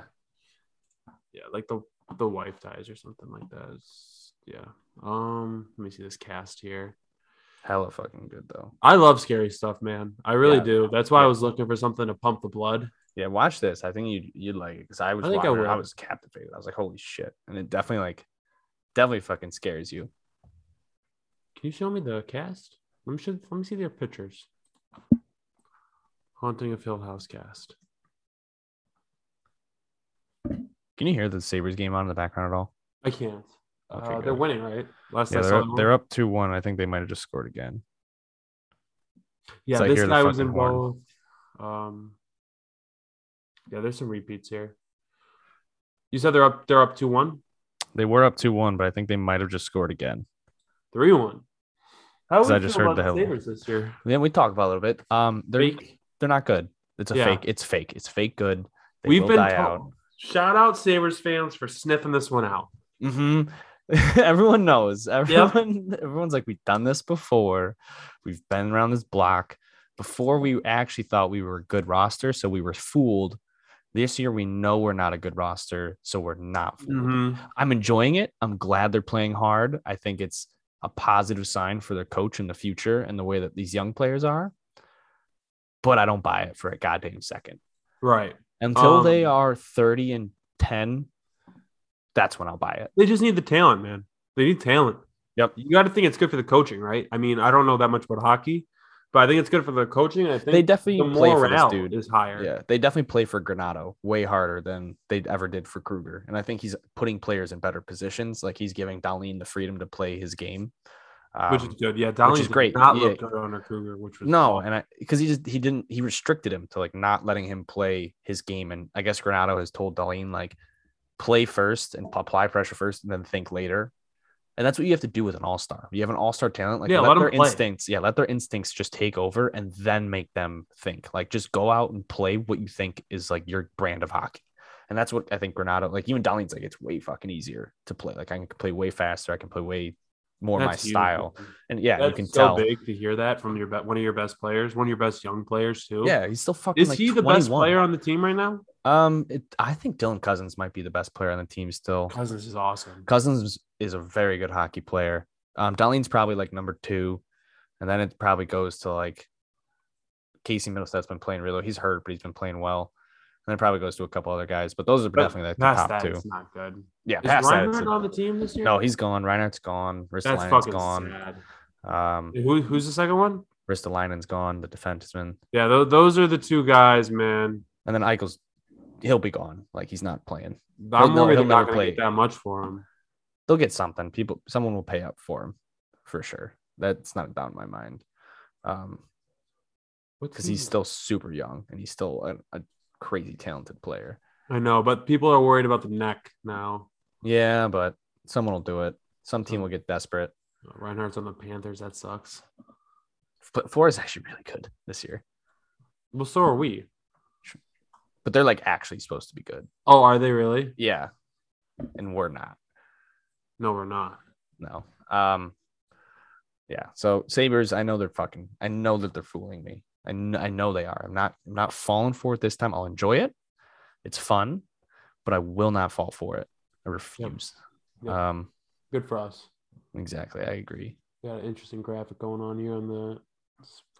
B: yeah, like the the wife dies or something like that. It's- yeah. Um, let me see this cast here.
A: hella fucking good though.
B: I love scary stuff, man. I really
A: Yeah.
B: do. That's why I
A: Yeah.
B: was looking for something to pump the blood.
A: Yeah, watch this. I think you'd you'd like it because I was
B: I think I
A: watching it, I
B: will.
A: was captivated. I was like, holy shit, and it definitely like definitely fucking scares you.
B: Can you show me the cast? Let me show, let me see their pictures. Haunting of Hill House cast.
A: Can you hear the Sabres game on in the background at all?
B: I can't.
A: Okay,
B: uh,
A: good.
B: they're winning, right? Last
A: Yeah,
B: I saw,
A: they're,
B: them win.
A: they're up two one. I think they might have just scored again.
B: yeah.
A: so I
B: This
A: hear the
B: guy was
A: fucking
B: involved.
A: horn.
B: Um, yeah, there's some repeats here. You said they're up. They're up two one.
A: They were up two one, but I think they might have just scored again.
B: Three one. How
A: 'Cause
B: would
A: I
B: you
A: just
B: feel
A: heard
B: about
A: the Hill.
B: Sabres this year?
A: Then we talk about it a little bit. Um, they're
B: Fake.
A: they're not good. It's a
B: Yeah.
A: fake. It's fake. It's fake good. They
B: We've
A: will
B: been
A: die
B: told. Shout out Sabres fans for sniffing this one out.
A: out. hmm Everyone knows. Everyone everyone's like, we've done this before. We've been around this block before. We actually thought we were a good roster, so we were fooled. This year, we know we're not a good roster, so we're not fooled.
B: Mm-hmm.
A: I'm enjoying it. I'm glad they're playing hard. I think it's a positive sign for their coach in the future and the way that these young players are. But I don't buy it for a goddamn second.
B: Right.
A: Until
B: Um,
A: they are 30 and 10, that's when I'll buy it.
B: They just need the talent, man. They need talent.
A: Yep.
B: You got to think it's good for the coaching, right? I mean, I don't know that much about hockey, but I think it's good for the coaching. I think
A: They
B: the
A: definitely play for this
B: morale
A: dude.
B: is higher.
A: Yeah, they definitely play for Granado way harder than they ever did for Kruger. And I think he's putting players in better positions. Like he's giving Darlene the freedom to play his game.
B: Which
A: Um,
B: is good. Yeah, Dowling
A: is
B: did
A: great.
B: Not look
A: Yeah.
B: good on Kruger, which was
A: No, and I because he just he didn't he restricted him to like not letting him play his game, and I guess Granado has told Darlene like play first and p- apply pressure first, and then think later, and that's what you have to do with an all star. You have an all star talent, like
B: Yeah,
A: let,
B: let 'em
A: their
B: play.
A: instincts, yeah, let their instincts just take over, and then make them think. Like just go out and play what you think is like your brand of hockey. And that's what I think Granado, like even Darlene's like, it's way fucking easier to play. Like I can play way faster. I can play way more my
B: that's huge.
A: style. And yeah,
B: That's
A: you can
B: so
A: tell.
B: big to hear that from your be- one of your best players, one of your best young players too.
A: Yeah, he's still fucking.
B: Is
A: like,
B: he the best
A: 21.
B: player on the team right now?
A: Um, it, I think Dylan Cousins might be the best player on the team still.
B: Cousins is awesome.
A: Cousins is- is a very good hockey player. Um, Darlene's probably like number two, and then it probably goes to like Casey Middlestead's been playing really. He's hurt, but he's been playing well. And then it probably goes to a couple other guys, but those are
B: But
A: definitely like the
B: Past
A: top
B: that,
A: two.
B: it's not good.
A: Yeah,
B: Is
A: past that,
B: Reinhardt
A: it's-
B: on the team this year?
A: no, he's gone. Reinhardt's gone.
B: that's
A: Ristolainen's
B: fucking
A: gone.
B: sad.
A: Um,
B: Who, who's the second one?
A: Ristolainen's gone. The defenseman,
B: Yeah, tho- those are the two guys, man.
A: and then Eichel's, he'll be gone. Like he's not playing.
B: I'm
A: no,
B: worried
A: he'll
B: they're not
A: never
B: going to get
A: play.
B: that much for him.
A: they'll get something. People, someone will pay up for him for sure. That's not a doubt in my mind. Um, because
B: Hmm.
A: he's still super young and he's still a, a crazy talented player.
B: I know, but people are worried about the neck now.
A: Yeah, but someone will do it. Some team will get desperate.
B: Reinhardt's on the Panthers. That sucks.
A: But four is actually really good this year.
B: Well, so are we.
A: But they're like actually supposed to be good.
B: Oh, are they really?
A: Yeah, and we're not.
B: No, we're not.
A: No. Um. Yeah. So Sabers, I know they're fucking. I know that they're fooling me. I know, I know they are. I'm not. I'm not falling for it this time. I'll enjoy it. It's fun, but I will not fall for it. I refuse.
B: Yep.
A: Um.
B: Good for us.
A: Exactly. I agree.
B: Got an interesting graphic going on here on the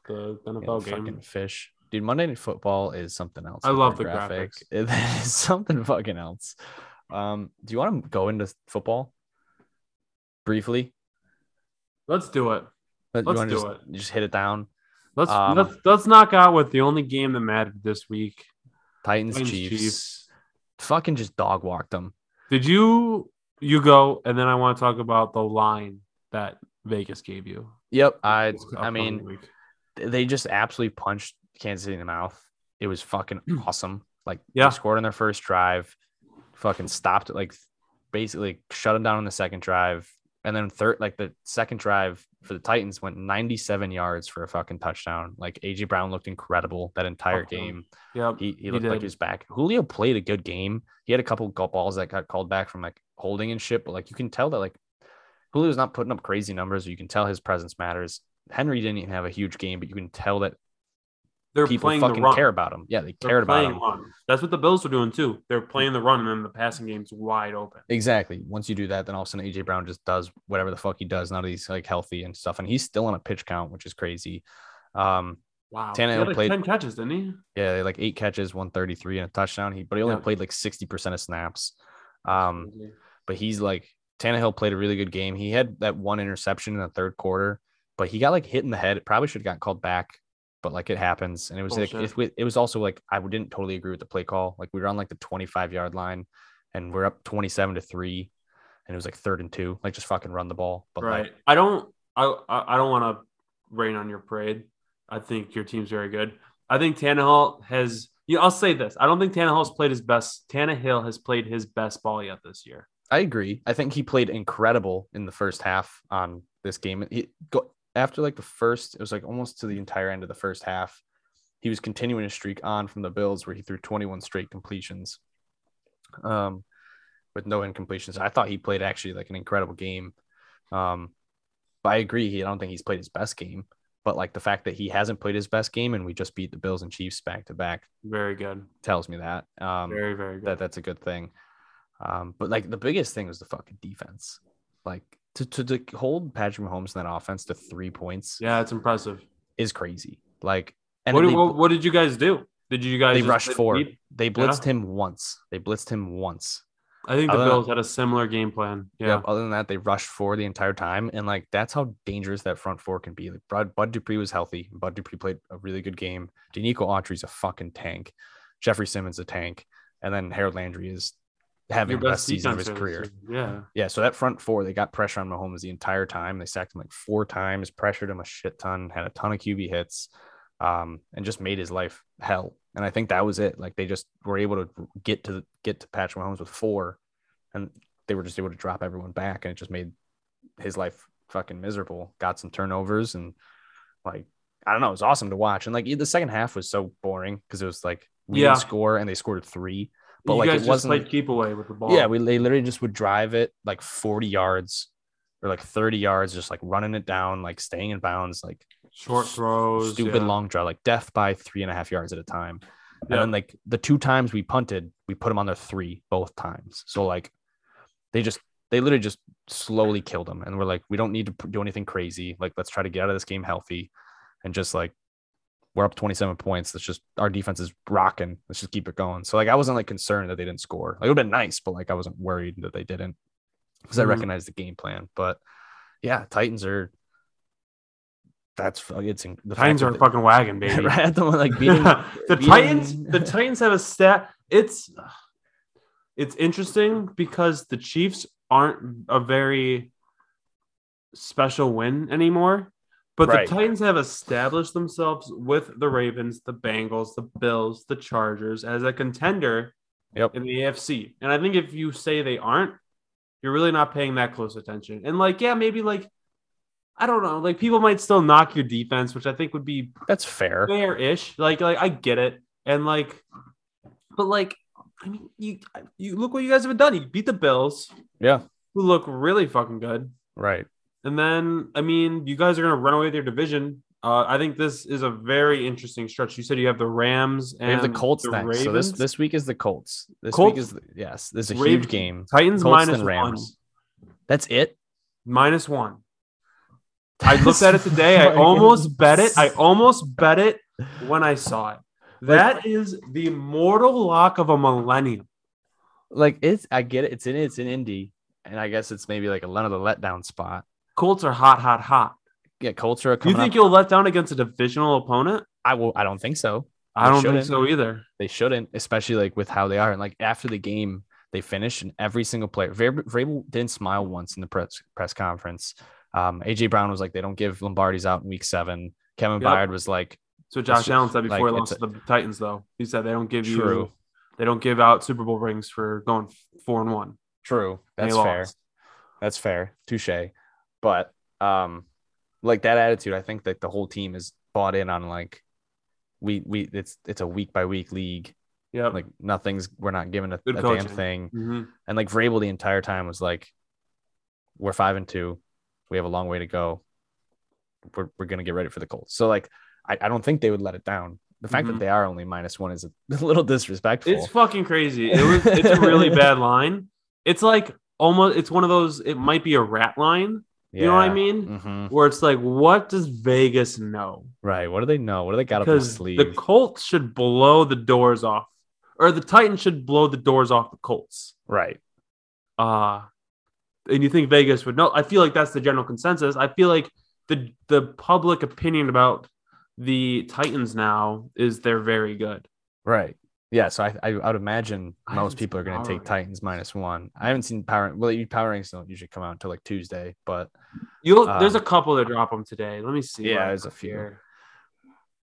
B: the
A: Yeah,
B: NFL
A: the
B: game.
A: fucking fish, dude. Monday Night Football is something else.
B: I
A: with
B: love
A: their
B: the
A: It is something fucking else. Um. Do you want to go into football briefly?
B: Let's do it.
A: But
B: Let's
A: you wanna
B: do
A: just,
B: it.
A: Just hit it down.
B: Let's
A: Um,
B: let's let's knock out with the only game that mattered this week.
A: Titans,
B: Titans,
A: Chiefs.
B: Chiefs.
A: Fucking just dog walked them.
B: Did you you go and then I want to talk about the line that Vegas gave you.
A: Yep. I
B: This
A: I
B: upcoming
A: mean
B: week.
A: they just absolutely punched Kansas City in the mouth. It was fucking awesome. Like
B: Hmm. Yeah.
A: they scored on their first drive, fucking stopped it, like basically shut them down on the second drive. And then third, like the second drive for the Titans went 97 yards for a fucking touchdown. Like AJ Brown looked incredible that entire
B: Uh-huh.
A: game.
B: yep.
A: He, he looked like
B: did.
A: he was back. Julio played a good game. He had a couple golf balls that got called back from like holding and shit, but like you can tell that like Julio's not putting up crazy numbers. You can tell his presence matters. Henry didn't even have a huge game, but you can tell that
B: They're
A: people
B: playing the
A: fucking
B: run.
A: care about him. Yeah, they
B: They're
A: cared about
B: playing
A: him.
B: run. That's what the Bills were doing too. They're playing the run and then the passing game's wide open.
A: Exactly. Once you do that, then all of a sudden AJ Brown just does whatever the fuck he does. Now that he's like healthy and stuff, and he's still on a pitch count, which is crazy. Um,
B: Wow.
A: Tannehill
B: He had, like,
A: played-
B: ten catches, didn't he?
A: yeah, they had, like eight catches, one thirty three, and a touchdown. He but he only
B: Yeah.
A: played like sixty percent of snaps. Um, but he's like Tannehill played a really good game. He had that one interception in the third quarter, but he got like hit in the head. It probably should have gotten called back, but like it happens. And it was like,
B: Bullshit.
A: it, it was also like I didn't totally agree with the play call. Like we were on like the 25 yard line and we're up 27 to three. And it was like third and two, like just fucking run the ball. But
B: right.
A: like,
B: I don't. I I I don't want to rain on your parade. I think your team's very good. I think Tannehill has. Yeah, I'll say this. I don't think Tannehill's played his best. Tannehill has played his best ball yet this year.
A: I agree. I think he played incredible in the first half on this game. He go after like the first, it was like almost to the entire end of the first half. He was continuing his streak on from the Bills where he threw 21 straight completions. Um with no incompletions. I thought he played actually like an incredible game. Um but I agree, he I don't think he's played his best game. But like the fact that he hasn't played his best game and we just beat the Bills and Chiefs back to back
B: Very good.
A: tells me that. Um
B: Very very good.
A: that that's a good thing. Um, but like the biggest thing was the fucking defense. Like to, to to hold Patrick Mahomes in that offense to three points
B: yeah, it's impressive.
A: is crazy. Like and
B: What,
A: they,
B: did- what, what did you guys do? Did you guys
A: they
B: just
A: rushed
B: play
A: four.
B: deep?
A: They blitzed him once. They blitzed him once.
B: I think the
A: Other than-
B: Bills had a similar game plan. Yeah.
A: Yep. Other than that, they rushed four the entire time, and like that's how dangerous that front four can be. Like Bud, Bud Dupree was healthy. Bud Dupree played a really good game. Denico Autry's a fucking tank. Jeffrey Simmons a tank, and then Harold Landry is having
B: Your
A: the best season of his
B: defense
A: career.
B: this year. Yeah.
A: Yeah, so that front four, they got pressure on Mahomes the entire time. They sacked him like four times, pressured him a shit ton, had a ton of QB hits, um, and just made his life hell. And I think that was it. Like they just were able to get to the, get to Patrick Mahomes with four, and they were just able to drop everyone back, and it just made his life fucking miserable. Got some turnovers, and like I don't know, it was awesome to watch. And like the second half was so boring because it was like we
B: Yeah.
A: didn't score and they scored three. But,
B: you
A: like,
B: guys
A: it
B: just
A: wasn't-
B: played keep away with the ball.
A: Yeah, we they literally just would drive it like 40 yards or like 30 yards, just like running it down, like staying in bounds, like
B: short throws.
A: stupid
B: yeah.
A: long drive, like death by three and a half yards at a time.
B: Yeah.
A: And then like the two times we punted, we put them on their three both times. So like they just they literally just slowly killed them, and we're like, we don't need to p- do anything crazy. Like let's try to get out of this game healthy, and just like we're up 27 points. Let's just our defense is rocking. Let's just keep it going. So like I wasn't like concerned that they didn't score. Like it would have been nice, but like I wasn't worried that they didn't because
B: Mhm.
A: I recognized the game plan. But yeah, Titans are. That's fu- it's in- the fact
B: Titans
A: that
B: are a
A: they-
B: fucking wagon, baby.
A: right at the one like beating
B: the
A: beating-
B: Titans, the Titans have a stat. It's it's interesting because the Chiefs aren't a very special win anymore. But
A: Right.
B: the Titans have established themselves with the Ravens, the Bengals, the Bills, the Chargers as a contender
A: Yep.
B: in the AFC. And I think if you say they aren't, you're really not paying that close attention. And like, yeah, maybe like I don't know, like people might still knock your defense, which I think would be
A: That's fair.
B: fair-ish. Like, like I get it, and like, but like, I mean, you you look what you guys have done. You beat the Bills,
A: Yeah.
B: who look really fucking good,
A: Right.
B: and then I mean, you guys are gonna run away with your division. Uh, I think this is a very interesting stretch. You said you have the Rams and
A: We have the Colts
B: the
A: next.
B: Ravens.
A: So this this week is the Colts. This
B: Colts?
A: week is the, yes. This is a
B: Ravens.
A: huge game.
B: Titans
A: Colts
B: minus
A: and Rams. That's it.
B: one, minus one. I looked at it today. I almost bet it. I almost bet it when I saw it. That is the mortal lock of a millennium.
A: like it's. I get it. It's in. It's in Indy, and I guess it's maybe like a one of the letdown spot.
B: Colts are hot, hot, hot.
A: yeah, Colts are
B: You
A: coming
B: think
A: up.
B: you'll let down against a divisional opponent?
A: I will. I don't think so.
B: I don't think
A: shouldn't.
B: so either.
A: They shouldn't, especially like with how they are. And like after the game, they finished, and every single player, Vrab- Vrabel didn't smile once in the press press conference. Um, AJ Brown was like, they don't give Lombardi's out in week seven. Kevin
B: Yep.
A: Byard was like,
B: So Josh
A: just-
B: Allen said before
A: like,
B: he
A: it's
B: lost to the Titans, though he said they don't give
A: True.
B: you, they don't give out Super Bowl rings for going four and one.
A: True.
B: and they
A: That's fair.
B: lost.
A: That's fair. Touche. But um, like that attitude, I think that the whole team is bought in on like we we it's it's a week by week league.
B: Yep.
A: Like nothing's we're not given a, a
B: Good
A: damn
B: coaching.
A: thing.
B: hmm
A: And like Vrabel the entire time was like, we're five and two. We have a long way to go. We're, we're gonna get ready for the Colts. So like I, I don't think they would let it down. The fact
B: Mhm.
A: that they are only minus one is a little disrespectful.
B: It's fucking crazy. It was it's a really bad line. It's like almost it's one of those it might be a rat line, you know what I mean?
A: hmm
B: Where it's like what does Vegas know?
A: Right. What do they know? What do they got up their
B: Because
A: sleeve?
B: the Colts should blow the doors off or the Titans should blow the doors off the Colts.
A: right.
B: Uh and you think Vegas would know. I feel like that's the general consensus. I feel like the the public opinion about the Titans now is they're very good.
A: Right. Yeah. So I, I, I would imagine
B: I haven't
A: most people are
B: seen
A: going to take
B: Power
A: Titans minus one. I haven't seen power. Well, you power rankings don't usually come out until like Tuesday, but
B: You'll there's a
A: Um,
B: couple that drop them today. Let me see.
A: yeah,
B: what I
A: there's a
B: got
A: few.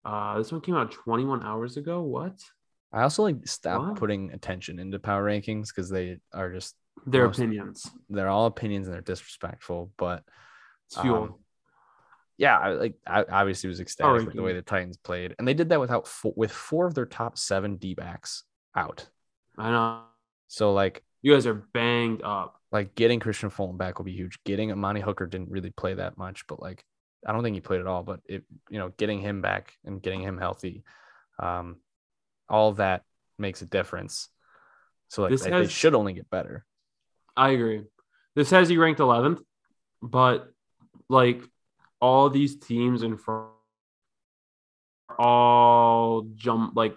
B: Uh, this one came out 21 hours ago. What?
A: I also like stopped
B: What?
A: putting attention into power rankings because they are just
B: Their
A: Most-
B: opinions.
A: they're all opinions and they're disrespectful. But
B: It's fuel.
A: um, yeah, I like I obviously was ecstatic with the way
B: rankings.
A: the Titans played, and they did that without four, with four of their top seven D backs out.
B: I know.
A: So like
B: You guys are banged up.
A: like getting Christian Fulton back will be huge. Getting Amani Hooker didn't really play that much, but like I don't think he played at all. But it, you know, getting him back and getting him healthy, um, all that makes a difference. So like
B: This
A: they, they
B: has-
A: should only get better.
B: I agree. This has you ranked 11th, but like all these teams in front are all jump like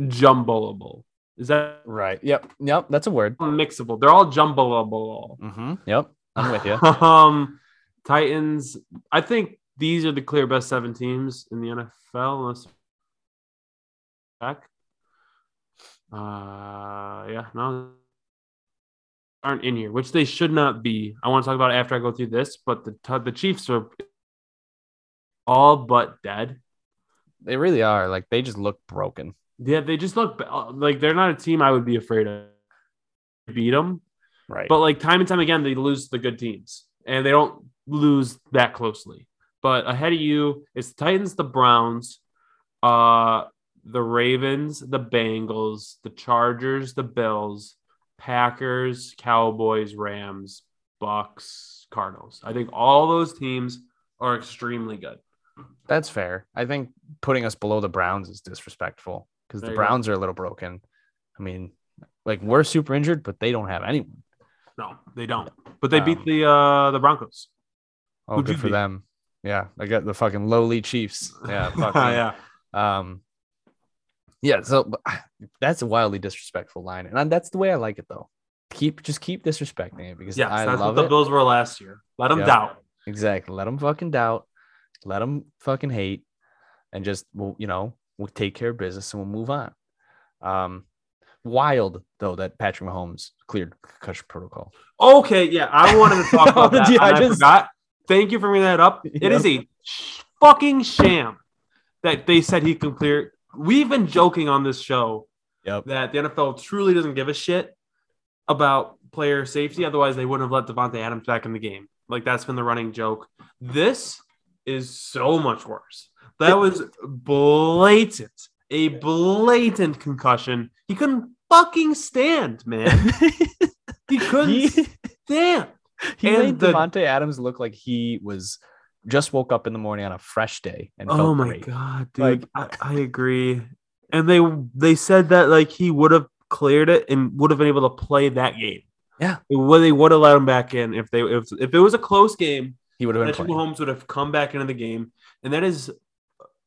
B: jumbleable. Is that
A: Right. Yep. Yep. That's a word.
B: mixable? They're all jumbleable.
A: Mm-hmm. Yep. I'm with you.
B: um, Titans. I think these are the clear best seven teams in the NFL. Unless back. Uh, yeah, no, aren't in here, which they should not be. I want to talk about it after I go through this, but the t- the Chiefs are all but dead.
A: they really are. Like they just look broken.
B: Yeah, they just look b- uh, like they're not a team I would be afraid of. Beat them.
A: Right.
B: But like time and time again, they lose the good teams, and they don't lose that closely. But ahead of you, it's the Titans, the Browns, uh, the Ravens, the Bengals, the Chargers, the Bills, Packers, Cowboys, Rams, Bucks, Cardinals. I think all those teams are extremely good.
A: That's fair. I think putting us below the Browns is disrespectful because
B: There
A: the
B: you go.
A: Browns are a little broken. I mean, like we're super injured, but they don't have anyone.
B: No, they don't. But they
A: Um,
B: beat the uh, the Broncos.
A: Oh,
B: Who'd
A: good
B: you
A: for
B: beat?
A: them. Yeah, I got the fucking lowly Chiefs. Yeah, fuck yeah.
B: yeah.
A: Um, yeah. So but, ah, that's a wildly disrespectful line, and I- that's the way I like it though. Keep just keep disrespecting it because
B: Yes,
A: I
B: that's what
A: love
B: the
A: it.
B: Bills were last year. Let them
A: Yeah.
B: doubt.
A: exactly. Let them fucking doubt. Let them fucking hate, and just we'll you know we'll take care of business and we'll move on. Um, wild though that Patrick Mahomes cleared concussion protocol.
B: Okay, yeah, I wanted to talk about that.
A: Yeah, I
B: and I,
A: just-
B: forgot. Thank you for bringing that up.
A: Yeah.
B: It is a sh- fucking sham that they said he can clear. We've been joking on this show
A: Yep.
B: that the NFL truly doesn't give a shit about player safety. Otherwise, they wouldn't have let Devontae Adams back in the game. Like that's been the running joke. This is so much worse. That was blatant, a blatant concussion. He couldn't fucking stand, man. He couldn't
A: he
B: stand.
A: he
B: And
A: made
B: the-
A: Devontae Adams look like he was just woke up in the morning on a fresh day and felt
B: Oh my
A: great.
B: god,
A: Like-
B: dude! I, I agree. And they they said that like he would have cleared it and would have been able to play that game.
A: Yeah.
B: Would they would have let him back in if they if if it was a close game?
A: He would have been
B: Patrick
A: playing.
B: Mahomes would have come back into the game, and that is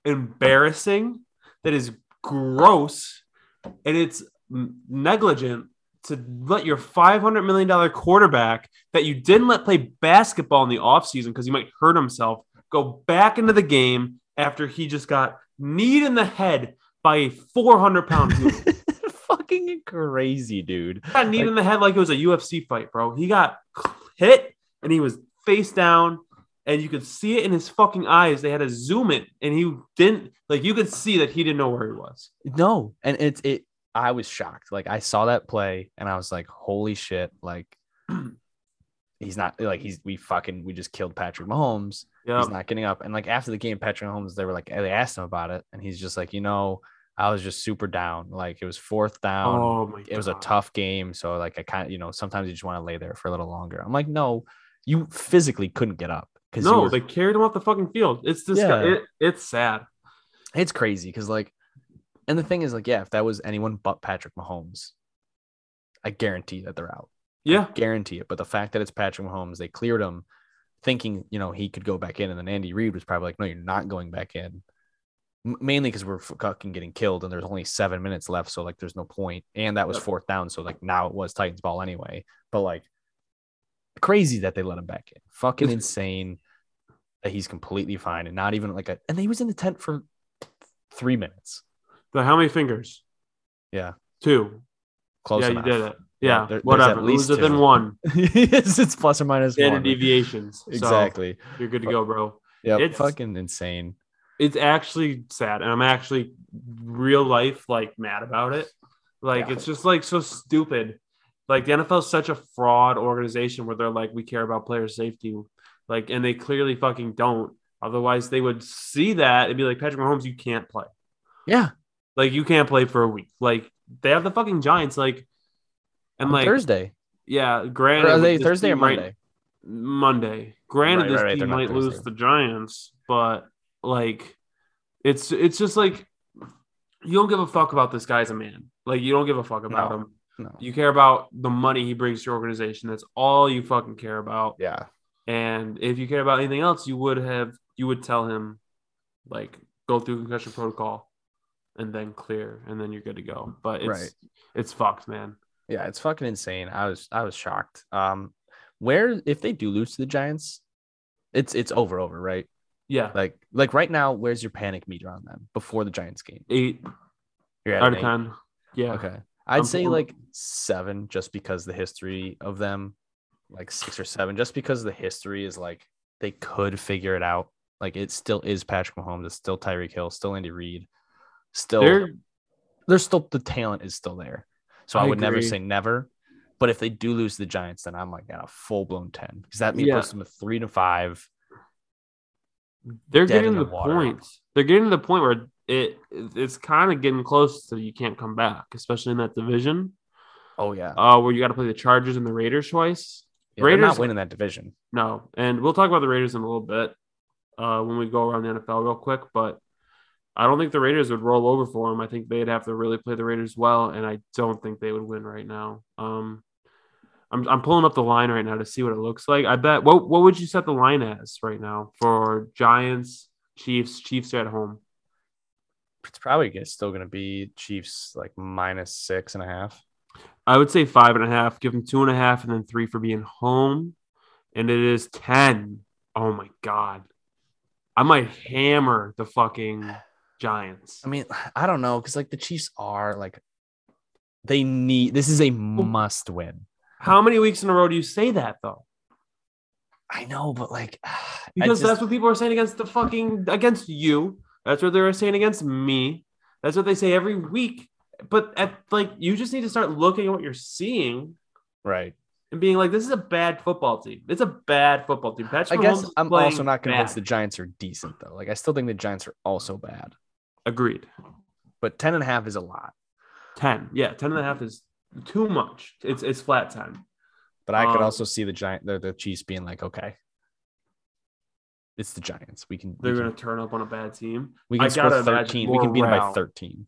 B: embarrassing. That is gross, and it's n- negligent to let your five hundred million dollar quarterback that you didn't let play basketball in the offseason because he might hurt himself go back into the game after he just got kneed in the head by a 400 pound dude.
A: Fucking crazy, dude.
B: got kneed in the head like it was a UFC fight, bro. He got hit and he was face down, and you could see it in his fucking eyes. They had to zoom it, and he didn't like you could see that he didn't know where he was.
A: No, and it's it. I was shocked. Like I saw that play, and I was like, "Holy shit!" Like he's not like he's we fucking we just killed Patrick Mahomes.
B: Yeah,
A: he's not getting up. And like after the game, Patrick Holmes, they were like, they asked him about it, and he's just like, you know, I was just super down. Like it was fourth down.
B: oh my,
A: it was a
B: God.
A: tough game, so like I kind of, you know, sometimes you just want to lay there for a little longer. I'm like, no, you physically couldn't get up because
B: No, they carried him off the fucking field. It's this
A: Yeah.
B: guy. It, it's sad.
A: it's crazy because like, and the thing is like, yeah, if that was anyone but Patrick Mahomes, I guarantee that they're out.
B: Yeah,
A: guarantee it. But the fact that it's Patrick Mahomes, they cleared him thinking, you know, he could go back in. And then Andy Reid was probably like, no, you're not going back in. M- mainly because we're fucking getting killed and there's only seven minutes left. So, like, there's no point. And that was
B: Yep.
A: fourth down. So, like, now it was Titans ball anyway. But, like, crazy that they let him back in. Fucking
B: It's-
A: insane that he's completely fine and not even like a. And he was in the tent for three minutes.
B: the how many fingers?
A: Yeah.
B: two.
A: Close
B: yeah,
A: enough.
B: you did it.
A: Yeah,
B: Yeah,
A: there- there's
B: whatever.
A: at
B: It
A: least
B: was within
A: two.
B: one.
A: it's, it's plus or minus
B: Standard
A: one.
B: deviations. So
A: Exactly.
B: you're good to go, bro.
A: Yeah.
B: It's-
A: Fucking insane.
B: it's actually sad and i'm actually real life like mad about it like
A: Yeah.
B: it's just like so stupid like the nfl is such a fraud organization where they're like we care about player safety like and they clearly fucking don't otherwise they would see that and be like patrick mahomes you can't play
A: Yeah.
B: like you can't play for a week like they have the fucking giants like and
A: on
B: like
A: Thursday.
B: yeah
A: Or
B: granted
A: are they
B: this
A: Thursday or
B: team right-
A: Monday?
B: Monday.
A: Right,
B: Granted,
A: right, right,
B: this
A: they're
B: team
A: not
B: might lose
A: Thursday.
B: the Giants, but like, it's it's just like you don't give a fuck about this guy as a man. Like you don't give a fuck about
A: No.
B: him.
A: No.
B: You care about the money he brings to your organization. That's all you fucking care about.
A: Yeah.
B: And if you care about anything else, you would have you would tell him like go through concussion protocol and then clear and then you're good to go. But it's
A: Right.
B: it's fucked, man.
A: Yeah. It's fucking insane. I was I was shocked. Um, where if they do lose to the Giants, it's it's over over right.
B: Yeah.
A: Like like right now, where's your panic meter on them before the Giants game?
B: Eight
A: You're at
B: out
A: an
B: of
A: eight.
B: ten. Yeah.
A: Okay. I'd
B: I'm
A: say
B: pulling-
A: like seven, just because the history of them, like six or seven, just because the history is like they could figure it out. Like it still is Patrick Mahomes, it's still Tyreek Hill, still Andy Reid, still
B: They're
A: there's still the talent is still there. So I,
B: I
A: would never
B: agree.
A: say never. But if they do lose to the Giants, then I'm like at a full blown ten because that means
B: Yeah.
A: puts them a three to five.
B: they're
A: dead in
B: getting
A: the
B: the,
A: water.
B: points. They're getting to the point where it it's kind of getting close to you can't come back, especially in that division
A: Oh yeah,
B: uh, where you got to play the Chargers and the Raiders twice.
A: Yeah, they're not
B: Raiders-
A: winning that division.
B: No, and we'll talk about the Raiders in a little bit uh, when we go around the NFL real quick. But I don't think the Raiders would roll over for them. I think they'd have to really play the Raiders well, and I don't think they would win right now. Um, I'm, I'm pulling up the line right now to see what it looks like. I bet. What what would you set the line as right now for Giants, Chiefs? Chiefs are at home.
A: It's probably gonna- still going to be Chiefs like minus six and a half.
B: I would say five and a half. Give them two and a half, and then three for being home. And it is ten. Oh my god! I might hammer the fucking Giants.
A: I mean, I don't know because like the Chiefs are like they need this is a must win.
B: How many weeks in a row do you say that though?
A: I know, but like I
B: Because
A: just-
B: that's what people are saying against the fucking against you. That's what they're saying against me. That's what they say every week. But at like, you just need to start looking at what you're seeing
A: right.
B: and being like, "This is a bad football team. It's a bad football team." Patrick
A: I guess
B: Mahomes is
A: I'm
B: playing
A: also not convinced
B: bad.
A: the Giants are decent though. Like I still think the Giants are also bad,
B: Agreed.
A: but ten and a half is a lot.
B: 10 yeah 10 and a half is too much it's it's flat time
A: But I could
B: Um,
A: also see the giant, the, the Chiefs being like, okay, it's the Giants. We can, we
B: they're
A: can,
B: going to turn up on a bad team
A: we
B: I
A: can score
B: gotta imagine
A: thirteen. We can beat them by
B: morale.
A: thirteen.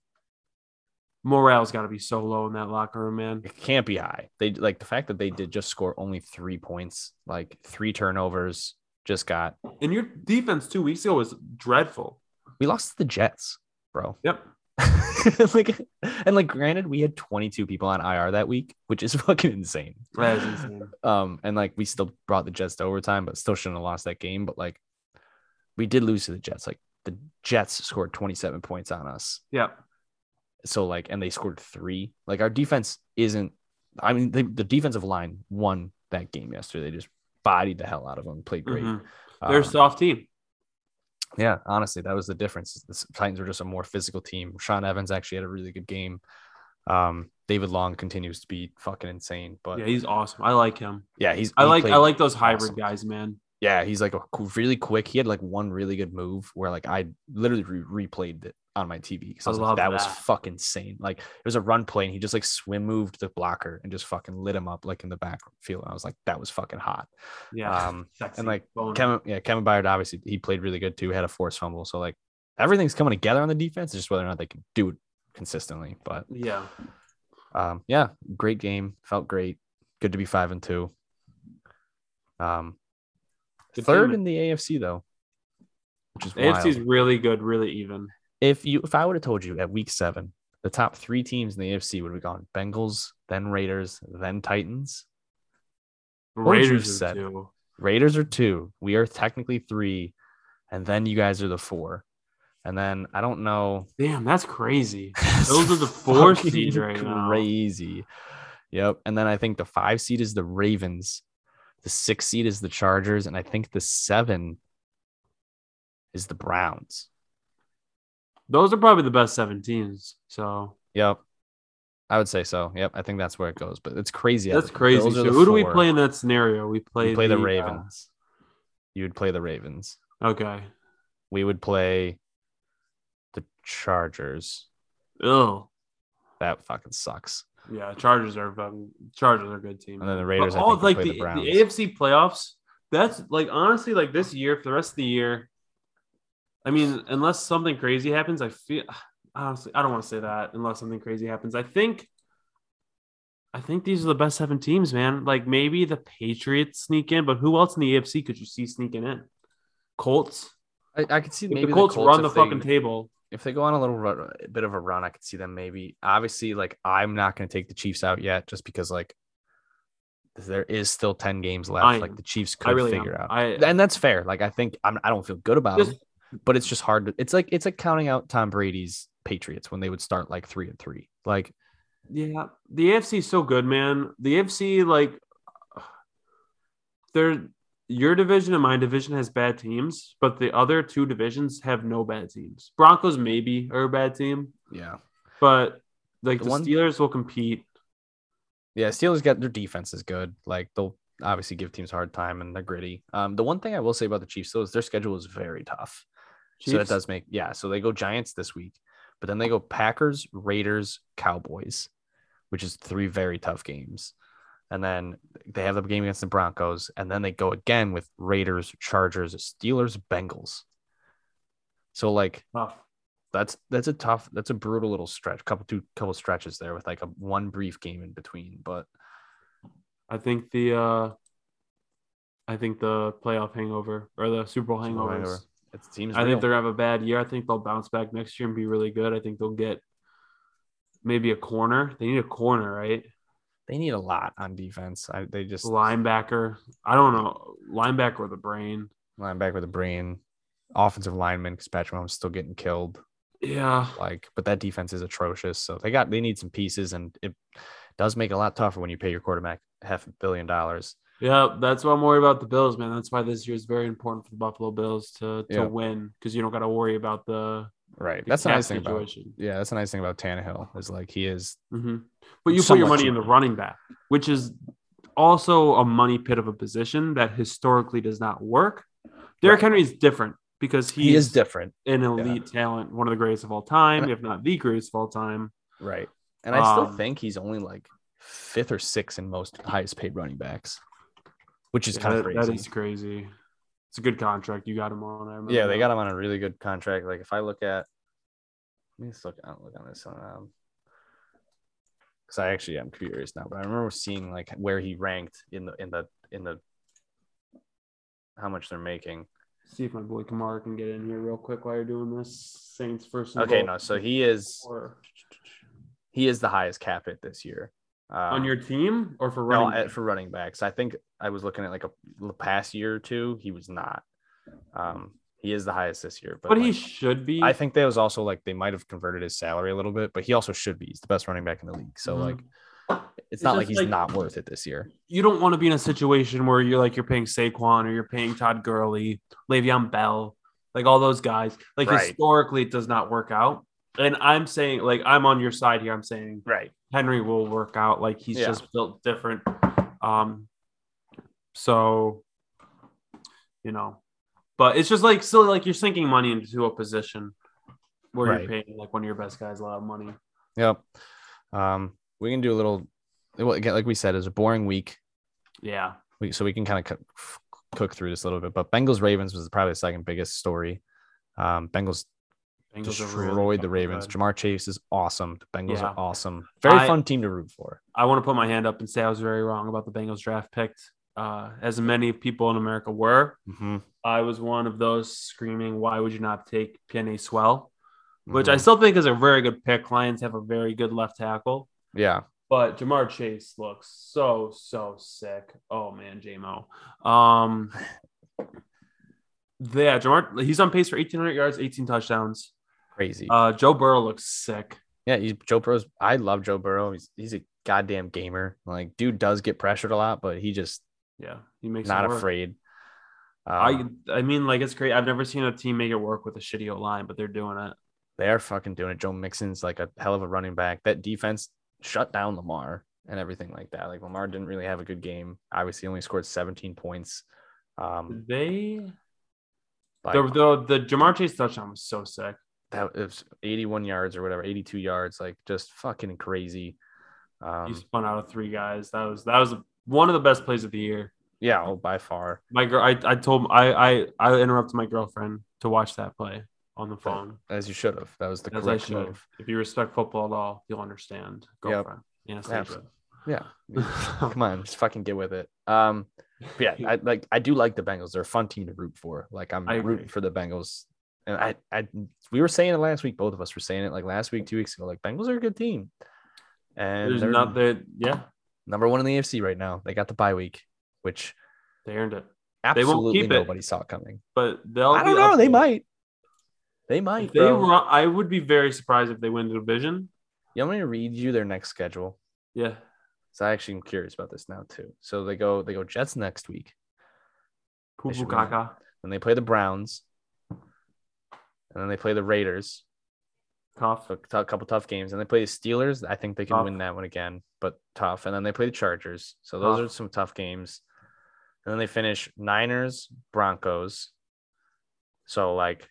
B: morale's got to be so low in that locker room man
A: It can't be high. They like the fact that they did just score only three points, like three turnovers. Just got
B: and your defense two weeks ago was dreadful
A: we lost to the Jets, bro.
B: yep
A: like, and like, granted, we had twenty-two people on IR that week, which is fucking insane.
B: that is insane
A: Um, and like we still brought the Jets to overtime, but still shouldn't have lost that game. But like, we did lose to the Jets. Like the Jets scored 27 points on us.
B: Yeah.
A: So like, and they scored three. Like our defense isn't. I mean, the, the defensive line won that game yesterday. They just bodied the hell out of them. Played great.
B: Mhm.
A: Uh,
B: They're a soft team.
A: yeah, honestly, that was the difference. The S- Titans were just a more physical team. Sean Evans actually had a really good game. Um, David Long continues to be fucking insane, but
B: Yeah,
A: yeah,
B: he's awesome. I like him.
A: he's.
B: I
A: he
B: like
A: played-
B: I like those hybrid
A: awesome.
B: guys, man.
A: Yeah, he's like a qu- really quick. He had like one really good move where like I literally re- replayed it on my TV because I
B: I
A: was like,
B: love
A: that, was
B: that.
A: fucking insane. Like it was a run play and he just like swim moved the blocker and just fucking lit him up like in the backfield. And I was like, that was fucking hot.
B: Yeah.
A: Um,
B: Sexy
A: and like
B: boner.
A: Kevin, yeah, Kevin Byard obviously he played really good too. Had a forced fumble, so like everything's coming together on the defense. It's just whether or not they can do it consistently. But
B: yeah.
A: um, yeah, great game. Felt great. Good to be five and two. Um,
B: Good
A: third
B: team.
A: in the AFC though, which is wild.
B: AFC's really good, really even.
A: if you if I would have told you at week seven, the top three teams in the AFC would have gone Bengals, then Raiders, then Titans. would you
B: Raiders
A: have said?
B: are too.
A: Raiders are two. We are technically three, and then you guys are the four. And then I don't know.
B: Damn, that's crazy.
A: It's
B: Those are the four
A: fucking
B: seed right now.
A: Crazy. Yep. And then I think the five seed is the Ravens. The six seed is the Chargers, and I think the seven is the Browns.
B: Those are probably the best seven teams. So
A: Yep. I would say so. Yep. I think that's where it goes. But it's crazy.
B: that's crazy.
A: Those
B: So
A: are
B: who
A: the
B: do we
A: four.
B: play in that scenario? We play,
A: We play the,
B: uh,
A: Ravens. you would play the Ravens.
B: okay.
A: We would play the Chargers.
B: Oh.
A: That fucking sucks.
B: Yeah, Chargers are fucking Chargers are a good team.
A: And then the
B: But
A: Raiders. I think
B: all of,
A: would
B: like
A: play
B: the,
A: the,
B: the
A: Browns.
B: AFC playoffs, that's like honestly like this year for the rest of the year. I mean, unless something crazy happens, I feel honestly I don't want to say that unless something crazy happens. I think I think these are the best seven teams, man. Like maybe the Patriots sneak in, but who else in the AFC could you see sneaking in? Colts.
A: I, I could see
B: If
A: maybe
B: the Colts, run the
A: if
B: fucking
A: they,
B: table.
A: If they go on a little ru- bit of a run, I could see them maybe. Obviously, like I'm not going to take the Chiefs out yet, just because like there is still ten games left.
B: I
A: like
B: am.
A: the Chiefs
B: I
A: could
B: really
A: figure
B: am.
A: out.
B: I
A: and that's fair. Like I think I'm, I don't feel good about
B: Just-
A: it, but it's just hard to. It's like it's like counting out Tom Brady's Patriots when they would start like three and three. Like
B: Yeah, the AFC is so good, man. The AFC, like, they're your division and my division has bad teams, but the other two divisions have no bad teams. Broncos maybe are a bad team,
A: yeah,
B: but like
A: The
B: the,
A: one-
B: Steelers will compete.
A: yeah. Steelers got their defense is good. Like they'll obviously give teams a hard time and they're gritty. Um, the one thing I will say about the Chiefs though is their schedule is very tough. So that
B: Chiefs-
A: does make yeah. So they go Giants this week, but then they go Packers, Raiders, Cowboys, which is three very tough games. And then they have the game against the Broncos, and then they go again with Raiders, Chargers, Steelers, Bengals. So like
B: tough.
A: that's that's a tough, that's a brutal little stretch. Couple two couple stretches there with like a one brief game in between. But
B: I think the uh I think the playoff hangover or the Super Bowl
A: Super Bowl hangover.
B: hangovers.
A: it seems
B: I
A: real.
B: think they're gonna have a bad year. I think they'll bounce back next year and be really good. I think they'll get maybe a corner. They need a corner, right?
A: they need a lot on defense. I, they just
B: linebacker. I don't know linebacker with a brain.
A: linebacker with a brain, offensive lineman because Patrick Mahomes is still getting killed.
B: Yeah,
A: like but that defense is atrocious so they got they need some pieces and it does make it a lot tougher when you pay your quarterback half a billion dollars
B: yeah. That's why I'm worried about the Bills, man. That's why this year is very important for the Buffalo Bills to to
A: Yeah.
B: win because you don't got to worry about the,
A: right
B: the
A: that's the
B: cap
A: nice thing about
B: situation.
A: yeah that's a nice thing about Tannehill is like he is
B: Mhm. But you put your
A: Somewhat
B: money in
A: cheap.
B: the running back, which is also a money pit of a position that historically does not work. Derrick
A: Right.
B: Henry is different because he's
A: he is different
B: an elite talent, one of the greatest of all time,
A: And-
B: if not the greatest of all time.
A: right and I still
B: Um,
A: think he's only like fifth or sixth in most highest paid running backs which is
B: Yeah,
A: kind of
B: that-
A: crazy
B: That is crazy. It's a good contract. You got him on. I remember
A: yeah they
B: that.
A: got him on a really good contract like if I look at let me just look I don't look on this one um because I actually am curious now, but I remember seeing like where he ranked in the in the in the how much they're making.
B: See if my boy Kamara can get in here real quick while you're doing this. Saints first. and
A: Okay,
B: goal.
A: no, so he is
B: Or-
A: he is the highest cap hit this year. Um,
B: on your team or for
A: no,
B: running?
A: at-
B: back?
A: for running backs, I think I was looking at like a the past year or two. He was not. Um, He is the highest this year, but,
B: But he
A: like,
B: should be.
A: I think that was also like they might have converted his salary a little bit, but he also should be. He's the best running back in the league. So
B: Mhm.
A: like it's,
B: It's
A: not like
B: just
A: he's
B: like-
A: not worth it this year.
B: you don't want to be in a situation where you're like you're paying Saquon or you're paying Todd Gurley, Le'Veon Bell, like all those guys. Like
A: Right.
B: historically, it does not work out. And I'm saying, like, I'm on your side here. I'm saying
A: Right.
B: Henry will work out. Like he's
A: Yeah.
B: just built different. Um, so you know, but it's just like still like you're sinking money into a position where
A: Right.
B: you're paying like one of your best guys a lot of money.
A: Yep. Um, we can do a little well, again, like we said, it was a boring week.
B: Yeah.
A: We, so we can kind of cook, cook through this a little bit. But Bengals Ravens was probably the second biggest story. Um, Bengals
B: Bengals are
A: destroyed
B: really
A: the
B: fucking
A: Ravens.
B: good.
A: Jamar Chase is awesome. The Bengals
B: Yeah.
A: are awesome. Very
B: I-
A: fun team to root for.
B: I want to put my hand up and say I was very wrong about the Bengals draft pick. Uh, as many people in America were,
A: Mhm.
B: I was one of those screaming, "Why would you not take Penny Swell?" Which I
A: Mhm.
B: still think is a very good pick. Lions have a very good left tackle,
A: yeah.
B: but Jamar Chase looks so so sick. Oh man, JMO. Um, yeah, Jamar. He's on pace for 1,800 yards, 18 touchdowns.
A: Crazy.
B: Uh, Joe Burrow looks sick.
A: Yeah, he's Joe Burrow's. I love Joe Burrow. He's he's a goddamn gamer. Like, dude does get pressured a lot, but he just
B: Yeah, he makes it
A: not
B: work.
A: afraid. Uh,
B: I I mean, like it's great. I've never seen a team make it work with a shitty O line, but they're doing it.
A: they are fucking doing it. Joe Mixon's like a hell of a running back. That defense shut down Lamar and everything like that. Like Lamar didn't really have a good game. Obviously, only scored 17 points. Um,
B: They
A: but
B: Mm. the, the the Jamar Chase touchdown was so sick.
A: that was 81 yards or whatever, 82 yards. Like just fucking crazy.
B: He
A: Um,
B: spun out of three guys. That was that was one of the best plays of the year.
A: yeah, oh, by far.
B: My girl, I, I told I I I interrupted my girlfriend to watch that play on the phone.
A: As you should have. That was the
B: As I
A: correct
B: should.
A: move.
B: If you respect football at all, you'll understand.
A: Yep.
B: Girlfriend, Anastasia.
A: Yeah. come on, just fucking get with it. Um, but yeah, I like I do like the Bengals. They're a fun team to root for. Like I'm
B: I agree.
A: rooting for the Bengals. And I, I, we were saying it last week. Both of us were saying it like last week, two weeks ago. Like Bengals are a good team, and
B: There's
A: they're
B: not that. Yeah,
A: number one in the AFC right now. They got the bye week, which
B: they earned it, They won't
A: absolutely
B: keep it.
A: nobody saw coming.
B: but they'll.
A: I don't
B: be
A: know.
B: up
A: They
B: there.
A: might. They
B: If
A: might.
B: They
A: bro.
B: were, I would be very surprised if they win the division.
A: You want me to read you their next schedule?
B: Yeah.
A: So I actually am curious about this now too. So they go they go Jets next week.
B: Poo
A: should
B: poo
A: win.
B: caca.
A: Then they play the Browns. And then they play the Raiders.
B: Cough.
A: A tou- couple tough games. And they play the Steelers. I think they can
B: Tough.
A: win that one again, but tough. And then they play the Chargers. So those
B: Tough.
A: are some tough games. And then they finish Niners, Broncos. So like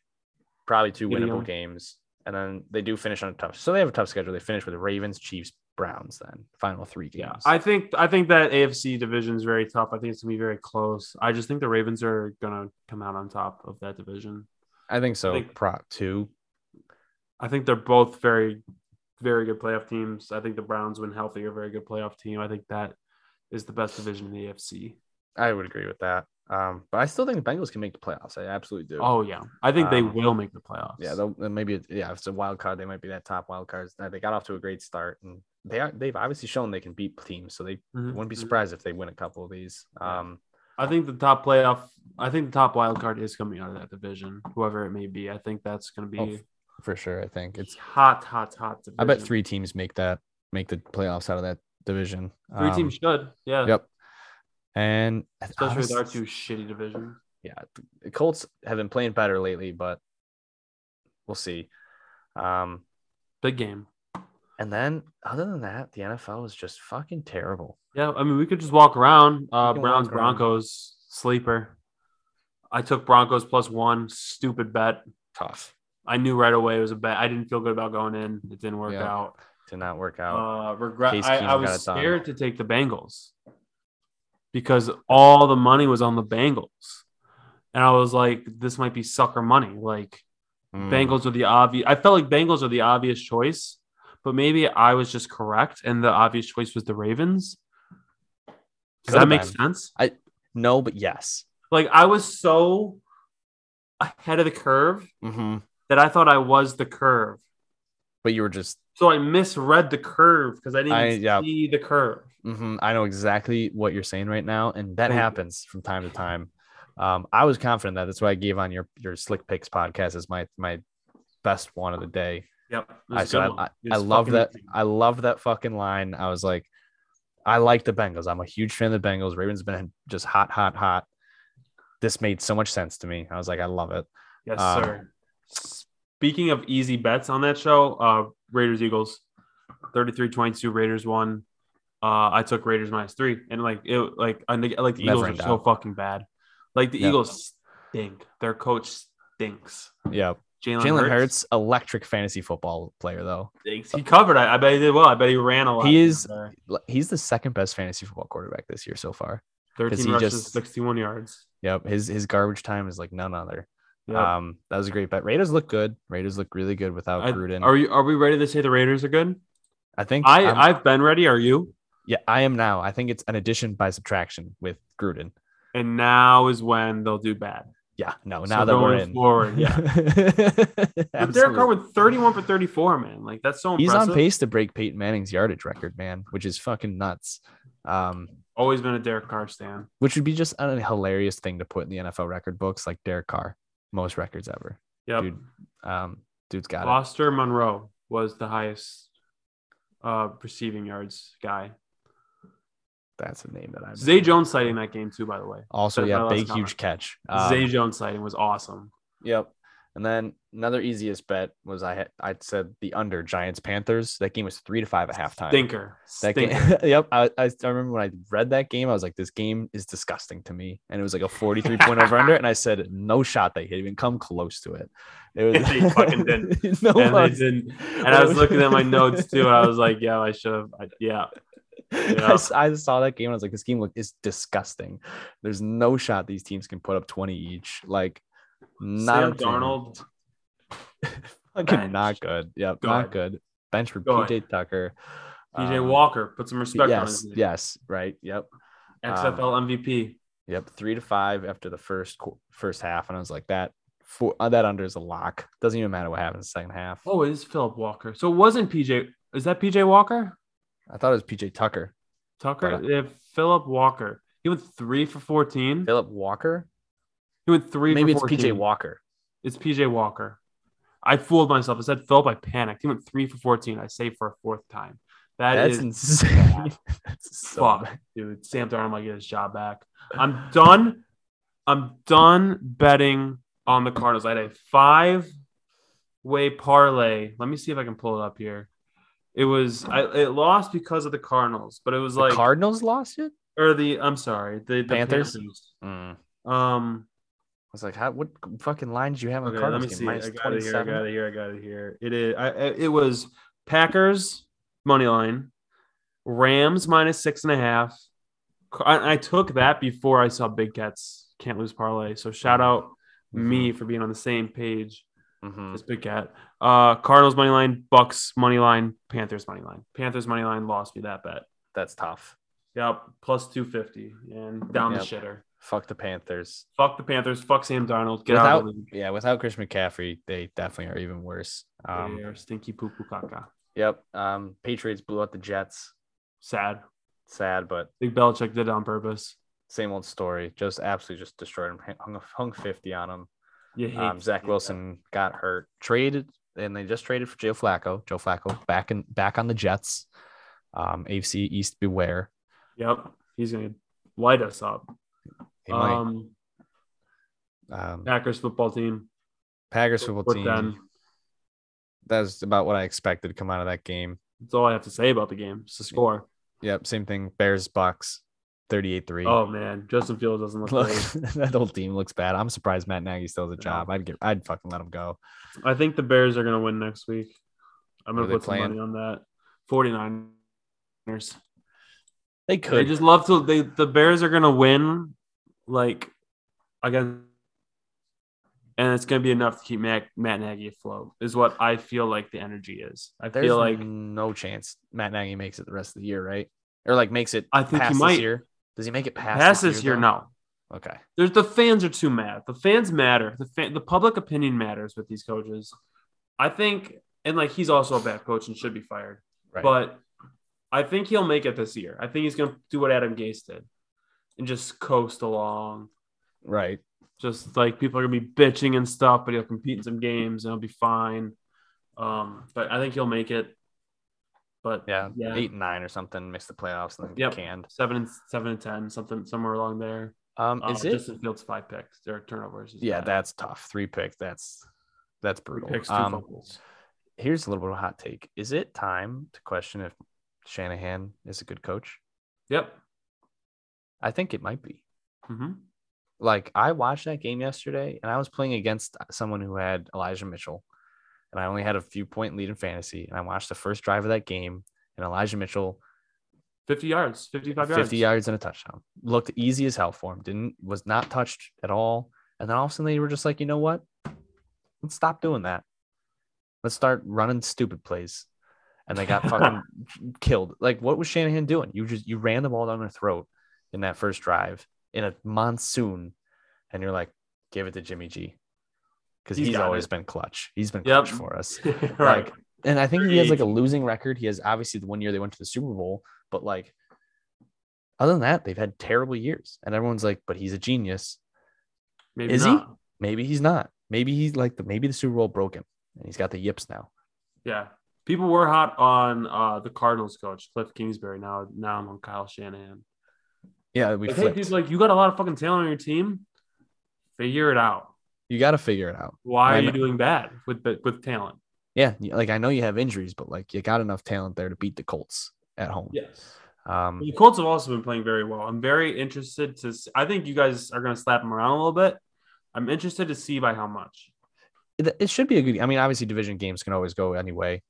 A: probably two
B: Give me
A: winnable
B: them.
A: games. And then they do finish on a tough. So they have a tough schedule. They finish with the Ravens, Chiefs, Browns, then final three games.
B: Yeah, I think I think that AFC division is very tough. I think it's gonna be very close. I just think the Ravens are gonna come out on top of that division.
A: I think so.
B: think-
A: Prop two.
B: I think they're both very, very good playoff teams. I think the Browns, when healthy, are a very good playoff team. I think that is the best division in the AFC.
A: I would agree with that. Um, but I still think the Bengals can make the playoffs. I absolutely do.
B: Oh yeah, I think they
A: Um,
B: will make the playoffs.
A: Yeah, they'll uh, maybe it- yeah, if it's a wild card, they might be that top wild cards. Uh, They got off to a great start, and they are they've obviously shown they can beat teams, so they
B: Mhm.
A: wouldn't be surprised if they win a couple of these.
B: Yeah.
A: Um,
B: I think the top playoff. I think the top wild card is coming out of that division, whoever it may be. I think that's gonna be
A: Oh, for sure, I think it's.
B: hot, hot, hot. Division.
A: I bet three teams make that make the playoffs out of that division. Um,
B: three teams should. Yeah,
A: Yep. And I-
B: especially with our
A: honest-
B: two shitty divisions.
A: yeah, the Colts have been playing better lately, but we'll see. Um,
B: Big game.
A: and then other than that, the NFL is just fucking terrible.
B: Yeah, I mean, we could just walk around. Uh,
A: can walk
B: Browns,
A: around.
B: Broncos, sleeper. I took Broncos plus one. Stupid bet.
A: Tough.
B: I knew right away it was a bet. I didn't feel good about going in. It didn't work
A: Yeah.
B: out.
A: Did not work out.
B: Uh, regret.
A: Case
B: I,
A: Keenum
B: I
A: got
B: was
A: it done.
B: scared to take the Bengals because all the money was on the Bengals, and I was like, "This might be sucker money." Like
A: Mm.
B: Bengals are the obvious. I felt like Bengals are the obvious choice, but maybe I was just correct, and the obvious choice was the Ravens. Does
A: Could've
B: that make
A: been.
B: sense?
A: No, but yes.
B: Like I was so ahead of the curve
A: Mm-hmm.
B: that I thought I was the curve.
A: But you were just.
B: So I misread the curve because I didn't
A: I- yeah.
B: see the curve.
A: mm-hmm, mhm, I know exactly what you're saying right now, and that
B: Thank you.
A: happens from time to time. Um, I was confident that that's why I gave on your your slick picks podcast as my my best one of the day.
B: Yep. it was
A: I,
B: a
A: so
B: good
A: I-
B: one.
A: I,
B: It
A: I
B: was
A: love
B: fucking
A: that.
B: amazing.
A: I love that fucking line. I was like, I like the Bengals. I'm a huge fan of the Bengals. Ravens been just hot, hot, hot. This made so much sense to me. I was like, I love it.
B: Yes,
A: Um,
B: sir. Speaking of easy bets on that show, uh, Raiders Eagles, 33-22, Raiders won. Uh, I took Raiders minus three, and like it, like I neg- like the
A: Never
B: Eagles
A: in
B: are so
A: doubt.
B: fucking bad. Like the
A: Yeah.
B: Eagles stink. Their coach stinks.
A: Yeah,
B: Jalen,
A: Jalen Hurts, electric fantasy football player though.
B: stinks. He covered. I, I bet he did well. I bet he ran uh, a lot.
A: He is-
B: There.
A: L- He's the second best fantasy football quarterback this year so far.
B: thirteen
A: he
B: rushes,
A: just-
B: sixty-one yards.
A: Yep, his his garbage time is like none other.
B: Yep.
A: Um, that was a great bet. Raiders look good. Raiders look really good without
B: I-
A: Gruden.
B: are you? Are we ready to say the Raiders are good?
A: I think
B: I
A: I'm-
B: I've been ready. Are you?
A: yeah, I am now. I think it's an addition by subtraction with Gruden.
B: And now is when they'll do bad.
A: Yeah, no,
B: So
A: now that we're
B: going
A: in.
B: forward, yeah. But Derek Carr
A: Absolutely.
B: went 31 for 34, man. Like that's so
A: He's
B: impressive.
A: on pace to break Peyton Manning's yardage record, man, which is fucking nuts. Um,
B: Always been a Derek Carr stan.
A: which would be just a hilarious thing to put in the NFL record books, like Derek Carr, most records ever.
B: Yep.
A: Dude, Um, dude's got it.
B: Foster Monroe was the highest uh receiving yards guy.
A: That's a name that I.
B: Zay Jones sighting that game too, by the way.
A: Also,
B: That's my
A: yeah,
B: last
A: big
B: comment.
A: huge catch. Um,
B: Zay Jones sighting was awesome.
A: Yep. And then another easiest bet was I had I said the under Giants Panthers. That game was three to five at halftime.
B: Stinker.
A: That
B: Stinker.
A: game, yep. I, I I remember when I read that game, I was like, "This game is disgusting to me," and it was like a forty-three point over under, and I said, "No shot they even come close to it." It was
B: They fucking didn't.
A: no
B: and they
A: one-
B: didn't. And I was looking at my notes too. And I was like, yeah, I should have. I- Yeah.
A: I, s- I saw that game and I was like, "This game look is disgusting." There's no shot these teams can put up twenty each. Like, not
B: Sam
A: a thing.
B: Darnold.
A: Fucking
B: bench.
A: not good. Yep,
B: Good.
A: not good. Bench for
B: Good.
A: PJ Tucker.
B: PJ
A: Um,
B: Walker. Put some respect on
A: Yes, um,
B: his name.
A: yes, right. Yep,
B: XFL MVP.
A: yep. Three to five after the first qu- first half, and I was like, that four uh, that under is a lock. Doesn't even matter what happens second half.
B: Oh, it is Philip Walker. So it wasn't PJ. Is that PJ Walker?
A: I thought it was PJ Tucker.
B: Tucker,
A: But-
B: they have Philip Walker. He went three for 14.
A: Philip Walker.
B: He went three
A: Maybe
B: for
A: it's
B: 14.
A: PJ Walker.
B: It's PJ Walker. I fooled myself. I said Philip. I panicked. He went three for 14. I saved for a fourth time. That's
A: That's insane. That's so
B: fuck,
A: bad.
B: dude. Sam Darnold might get his job back. I'm done. I'm done betting on the Cardinals. I had a five way parlay. Let me see if I can pull it up here. It was I it lost because of the Cardinals, but it was
A: The
B: like
A: Cardinals lost it.
B: or the I'm sorry, the, the
A: Panthers?
B: Panthers.
A: Mm. I
B: Um,
A: was like, how, what fucking lines do you have on
B: okay, let
A: Cardinals
B: me
A: game?
B: see. I
A: Minus
B: got it here. I
A: 27?
B: got it here. I got it here. It is. I, I, it was Packers money line, Rams minus six and a half. Car- I, I took that before I saw Big Cat's can't lose parlay. So shout out
A: Mm-hmm.
B: me for being on the same page
A: Mhm.
B: as Big Cat. Uh, Cardinals money line, Bucks money line, Panthers money line. Panthers money line lost me that bet.
A: That's tough.
B: Yep, plus two fifty and down
A: Yep.
B: the shitter.
A: Fuck the Panthers.
B: Fuck the Panthers. Fuck Sam Darnold. Get out of the league.
A: yeah, without Chris McCaffrey, they definitely are even worse. Um,
B: they are stinky poo poo caca.
A: Yep. Um, Patriots blew out the Jets.
B: Sad.
A: Sad, but
B: I think Belichick did it on purpose.
A: same old story. Just absolutely just destroyed him. Hung, hung fifty on him.
B: You hate
A: Um, Zach
B: hate
A: Wilson got hurt. Traded, and they just traded for Joe Flacco. Joe Flacco back in back on the Jets. Um, AFC East beware.
B: that. Yep, he's gonna light us up.
A: They might.
B: Um,
A: Um,
B: Packers football team.
A: Packers football
B: Fourth
A: team.
B: down.
A: That's about what I expected to come out of that game.
B: That's all I have to say about the game. It's the score.
A: Yep. Same thing. Bears Bucks, thirty-eight three.
B: Oh man, Justin Fields doesn't look
A: Look,
B: great.
A: that whole team looks bad. I'm surprised Matt Nagy still has a
B: No.
A: job. I'd get, I'd fucking let him go.
B: I think the Bears are gonna win next week. I'm
A: Who
B: gonna
A: are they
B: put some money on that. 49ers.
A: They
B: They
A: could.
B: just love to. They the Bears are gonna win, like again, and it's gonna be enough to keep Matt, Matt Nagy afloat. Is what I feel like the energy is. I
A: There's
B: feel like
A: no chance Matt Nagy makes it the rest of the year, right? Or like makes it.
B: I think he
A: past this
B: might.
A: Year? Does he make it past?
B: pass this year,
A: though?
B: no.
A: Okay.
B: There's the fans are too mad. The fans matter. The fan, the public opinion matters with these coaches. I think, and like he's also a bad coach and should be fired.
A: Right.
B: But I think he'll make it this year. I think he's gonna do what Adam Gase did and just coast along.
A: right.
B: Just like people are gonna be bitching and stuff, but he'll compete in some games and he'll be fine. Um, but I think he'll make it. But
A: Yeah,
B: yeah,
A: eight and nine or something, miss the playoffs and then
B: Yep.
A: get canned.
B: seven and seven and ten, something somewhere along there.
A: Um,
B: Um,
A: is it?
B: Justin Fields five picks or turnovers? is
A: yeah,
B: bad.
A: that's tough. Three picks. That's that's
B: Three
A: brutal.
B: picks, two
A: um,
B: fumbles.
A: here's a little bit of a hot take. Is it time to question if Shanahan is a good coach?
B: Yep.
A: I think it might be.
B: hmm
A: Like I watched that game yesterday, and I was playing against uh, someone who had Elijah Mitchell, and I only had a few point lead in fantasy. And I watched the first drive of that game, and Elijah Mitchell,
B: Fifty yards, fifty-five yards.
A: 50 yards and a touchdown, looked easy as hell for him. Didn't was not touched at all. And then all of a sudden they were just like, you know what? Let's stop doing that. Let's start running stupid plays. And they got fucking killed. Like, what was Shanahan doing? You just you ran the ball down their throat in that first drive in a monsoon, and you're like, give it to Jimmy G, because
B: He's
A: he's,
B: got
A: always
B: it.
A: been clutch. He's been
B: Yep.
A: clutch for us.
B: right.
A: Like, and I think he has like a
B: 38.
A: losing record. He has obviously the one year they went to the Super Bowl, but like, other than that, they've had terrible years. And everyone's like, but he's a genius.
B: Maybe
A: is he?
B: not.
A: Maybe he's not. Maybe he's like the maybe the Super Bowl broke him, and he's got the yips now.
B: Yeah. People were hot on uh, the Cardinals coach, Cliff Kingsbury. Now now I'm on Kyle Shanahan.
A: Yeah, we
B: Like, hey,
A: flipped.
B: dude, like you got a lot of fucking talent on your team. Figure it out.
A: you got to figure it out.
B: Why are
A: I
B: you
A: know.
B: doing bad with the- with talent?
A: Yeah, you- like I know you have injuries, but like you got enough talent there to beat the Colts at home.
B: Yes.
A: Um,
B: The Colts have also been playing very well. I'm very interested to. s- I think you guys are going to slap them around a little bit. I'm interested to see by how much.
A: it, it should be a good. I mean, obviously, division games can always go anyway.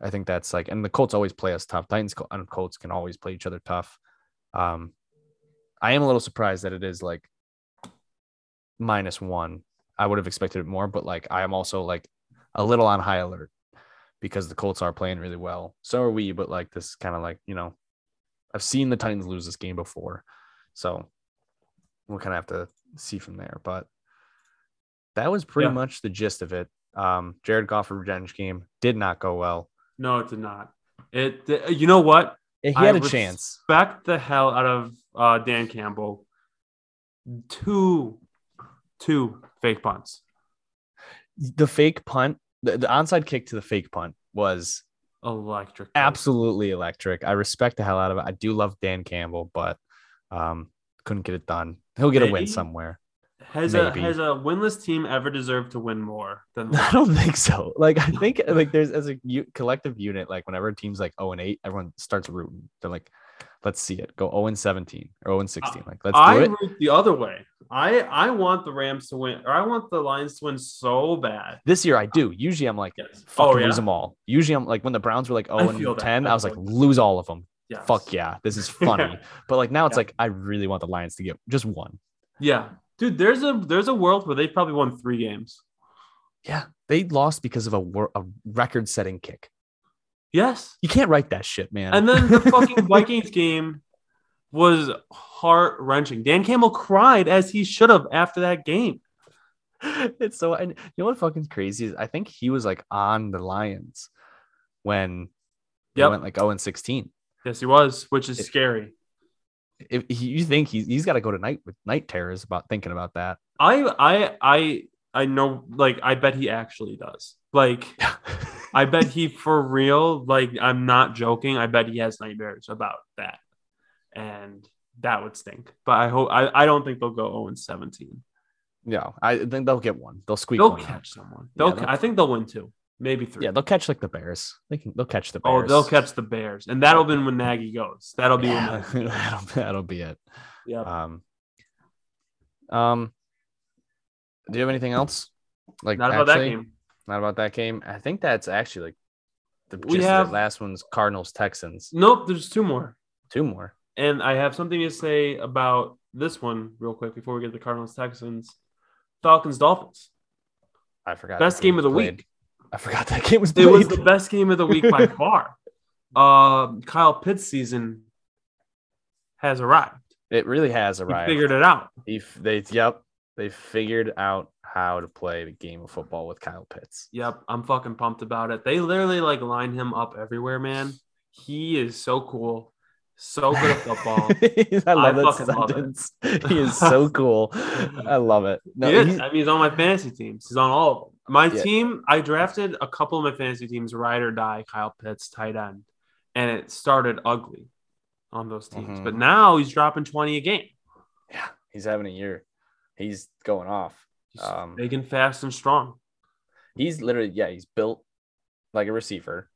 A: I think that's like, and the Colts always play us tough. Titans Col- and Colts can always play each other tough. Um, I am a little surprised that it is like minus one. I would have expected it more, but like I am also like a little on high alert because the Colts are playing really well. So are we, but like this kind of like you know, I've seen the Titans lose this game before, so we'll kind of have to see from there. But that was pretty
B: Yeah.
A: much the gist of it. Um, Jared Goff revenge game did not go well.
B: No, it did not. It. You know what?
A: He
B: I
A: had a
B: res-
A: chance.
B: Back the hell out of uh, Dan Campbell. Two, two fake punts.
A: The fake punt, the, the onside kick to the fake punt was
B: Electric.
A: absolutely electric. I respect the hell out of it. I do love Dan Campbell, but um, couldn't get it done. He'll get a win
B: Maybe.
A: somewhere.
B: Has
A: maybe.
B: a has a winless team ever deserved to win more than
A: I don't think so. Like I think like there's as a u- collective unit, like whenever a team's like 0 and 8, everyone starts rooting. They're like, let's see it go 0 and 17 or 0 and 16. Like let's
B: Uh, I
A: do it.
B: root the other way. I I want the Rams to win, or I want the Lions to win so bad.
A: This year I do. Usually I'm like,
B: Yes.
A: fucking
B: Oh yeah.
A: lose them all. Usually I'm like when the Browns were like 0
B: feel
A: and
B: that.
A: 10,
B: I
A: I was like,
B: feel that.
A: lose all of them.
B: Yes.
A: Fuck yeah. This is funny. but like now it's
B: Yeah.
A: like I really want the Lions to get just one.
B: yeah, dude. There's a there's a world where they probably won three games.
A: Yeah. They lost because of a, wor- a record setting kick.
B: Yes.
A: You can't write that shit, man.
B: And then the fucking Vikings game was heart wrenching. Dan Campbell cried as he should have after that game.
A: it's so and you know what fucking crazy is I think he was like on the Lions when they
B: Yep.
A: went like 0 and 16.
B: Yes, he was, which is
A: It-
B: scary.
A: If he, you think he's he's gotta go to night with night terrors about thinking about that.
B: I I I I know like I bet he actually does. Like I bet he for real, like I'm not joking. I bet he has nightmares about that. And that would stink. But I hope I, I don't think they'll go 0 and 17.
A: no, I think they'll get one. They'll squeak
B: They'll
A: one out.
B: catch someone.
A: Yeah,
B: They'll,
A: they'll-
B: I think they'll win two, maybe three.
A: Yeah, they'll catch like the Bears. They can they'll catch the
B: Oh,
A: Bears.
B: they'll catch the Bears, and that'll be when Nagy goes. That'll be
A: Yeah,
B: when. Nagy-
A: that'll, that'll be it.
B: Yeah.
A: Um, um, do you have anything else? Like
B: Not about
A: actually-
B: that game.
A: Not about that game. I think that's actually like the
B: We
A: gist of it.
B: have-
A: last one's Cardinals Texans.
B: Nope. There's two more,
A: Two more.
B: and I have something to say about this one real quick before we get to the Cardinals Texans, Falcons Dolphins.
A: I forgot.
B: Best
A: that
B: game of
A: was
B: the
A: played.
B: week.
A: I forgot that game was
B: It
A: played.
B: was the best game of the week by far. Uh, Kyle Pitts' season has arrived.
A: It really has
B: He
A: arrived.
B: figured it out.
A: He f- they yep. They figured out how to play the game of football with Kyle Pitts.
B: Yep, I'm fucking pumped about it. They literally like line him up everywhere, man. He is so cool. So good at football.
A: I love
B: I
A: that
B: fucking love it.
A: sentence. he is so cool. I love it. No,
B: he is.
A: he-
B: I mean, he's on my fantasy teams. He's on all of them. My
A: Yeah.
B: team, I drafted a couple of my fantasy teams, ride or die, Kyle Pitts, tight end, and it started ugly on those teams.
A: Mhm.
B: But now he's dropping 20 a game.
A: yeah, he's having a year. He's going off.
B: He's
A: Um,
B: big and fast and strong.
A: He's literally yeah. He's built like a receiver.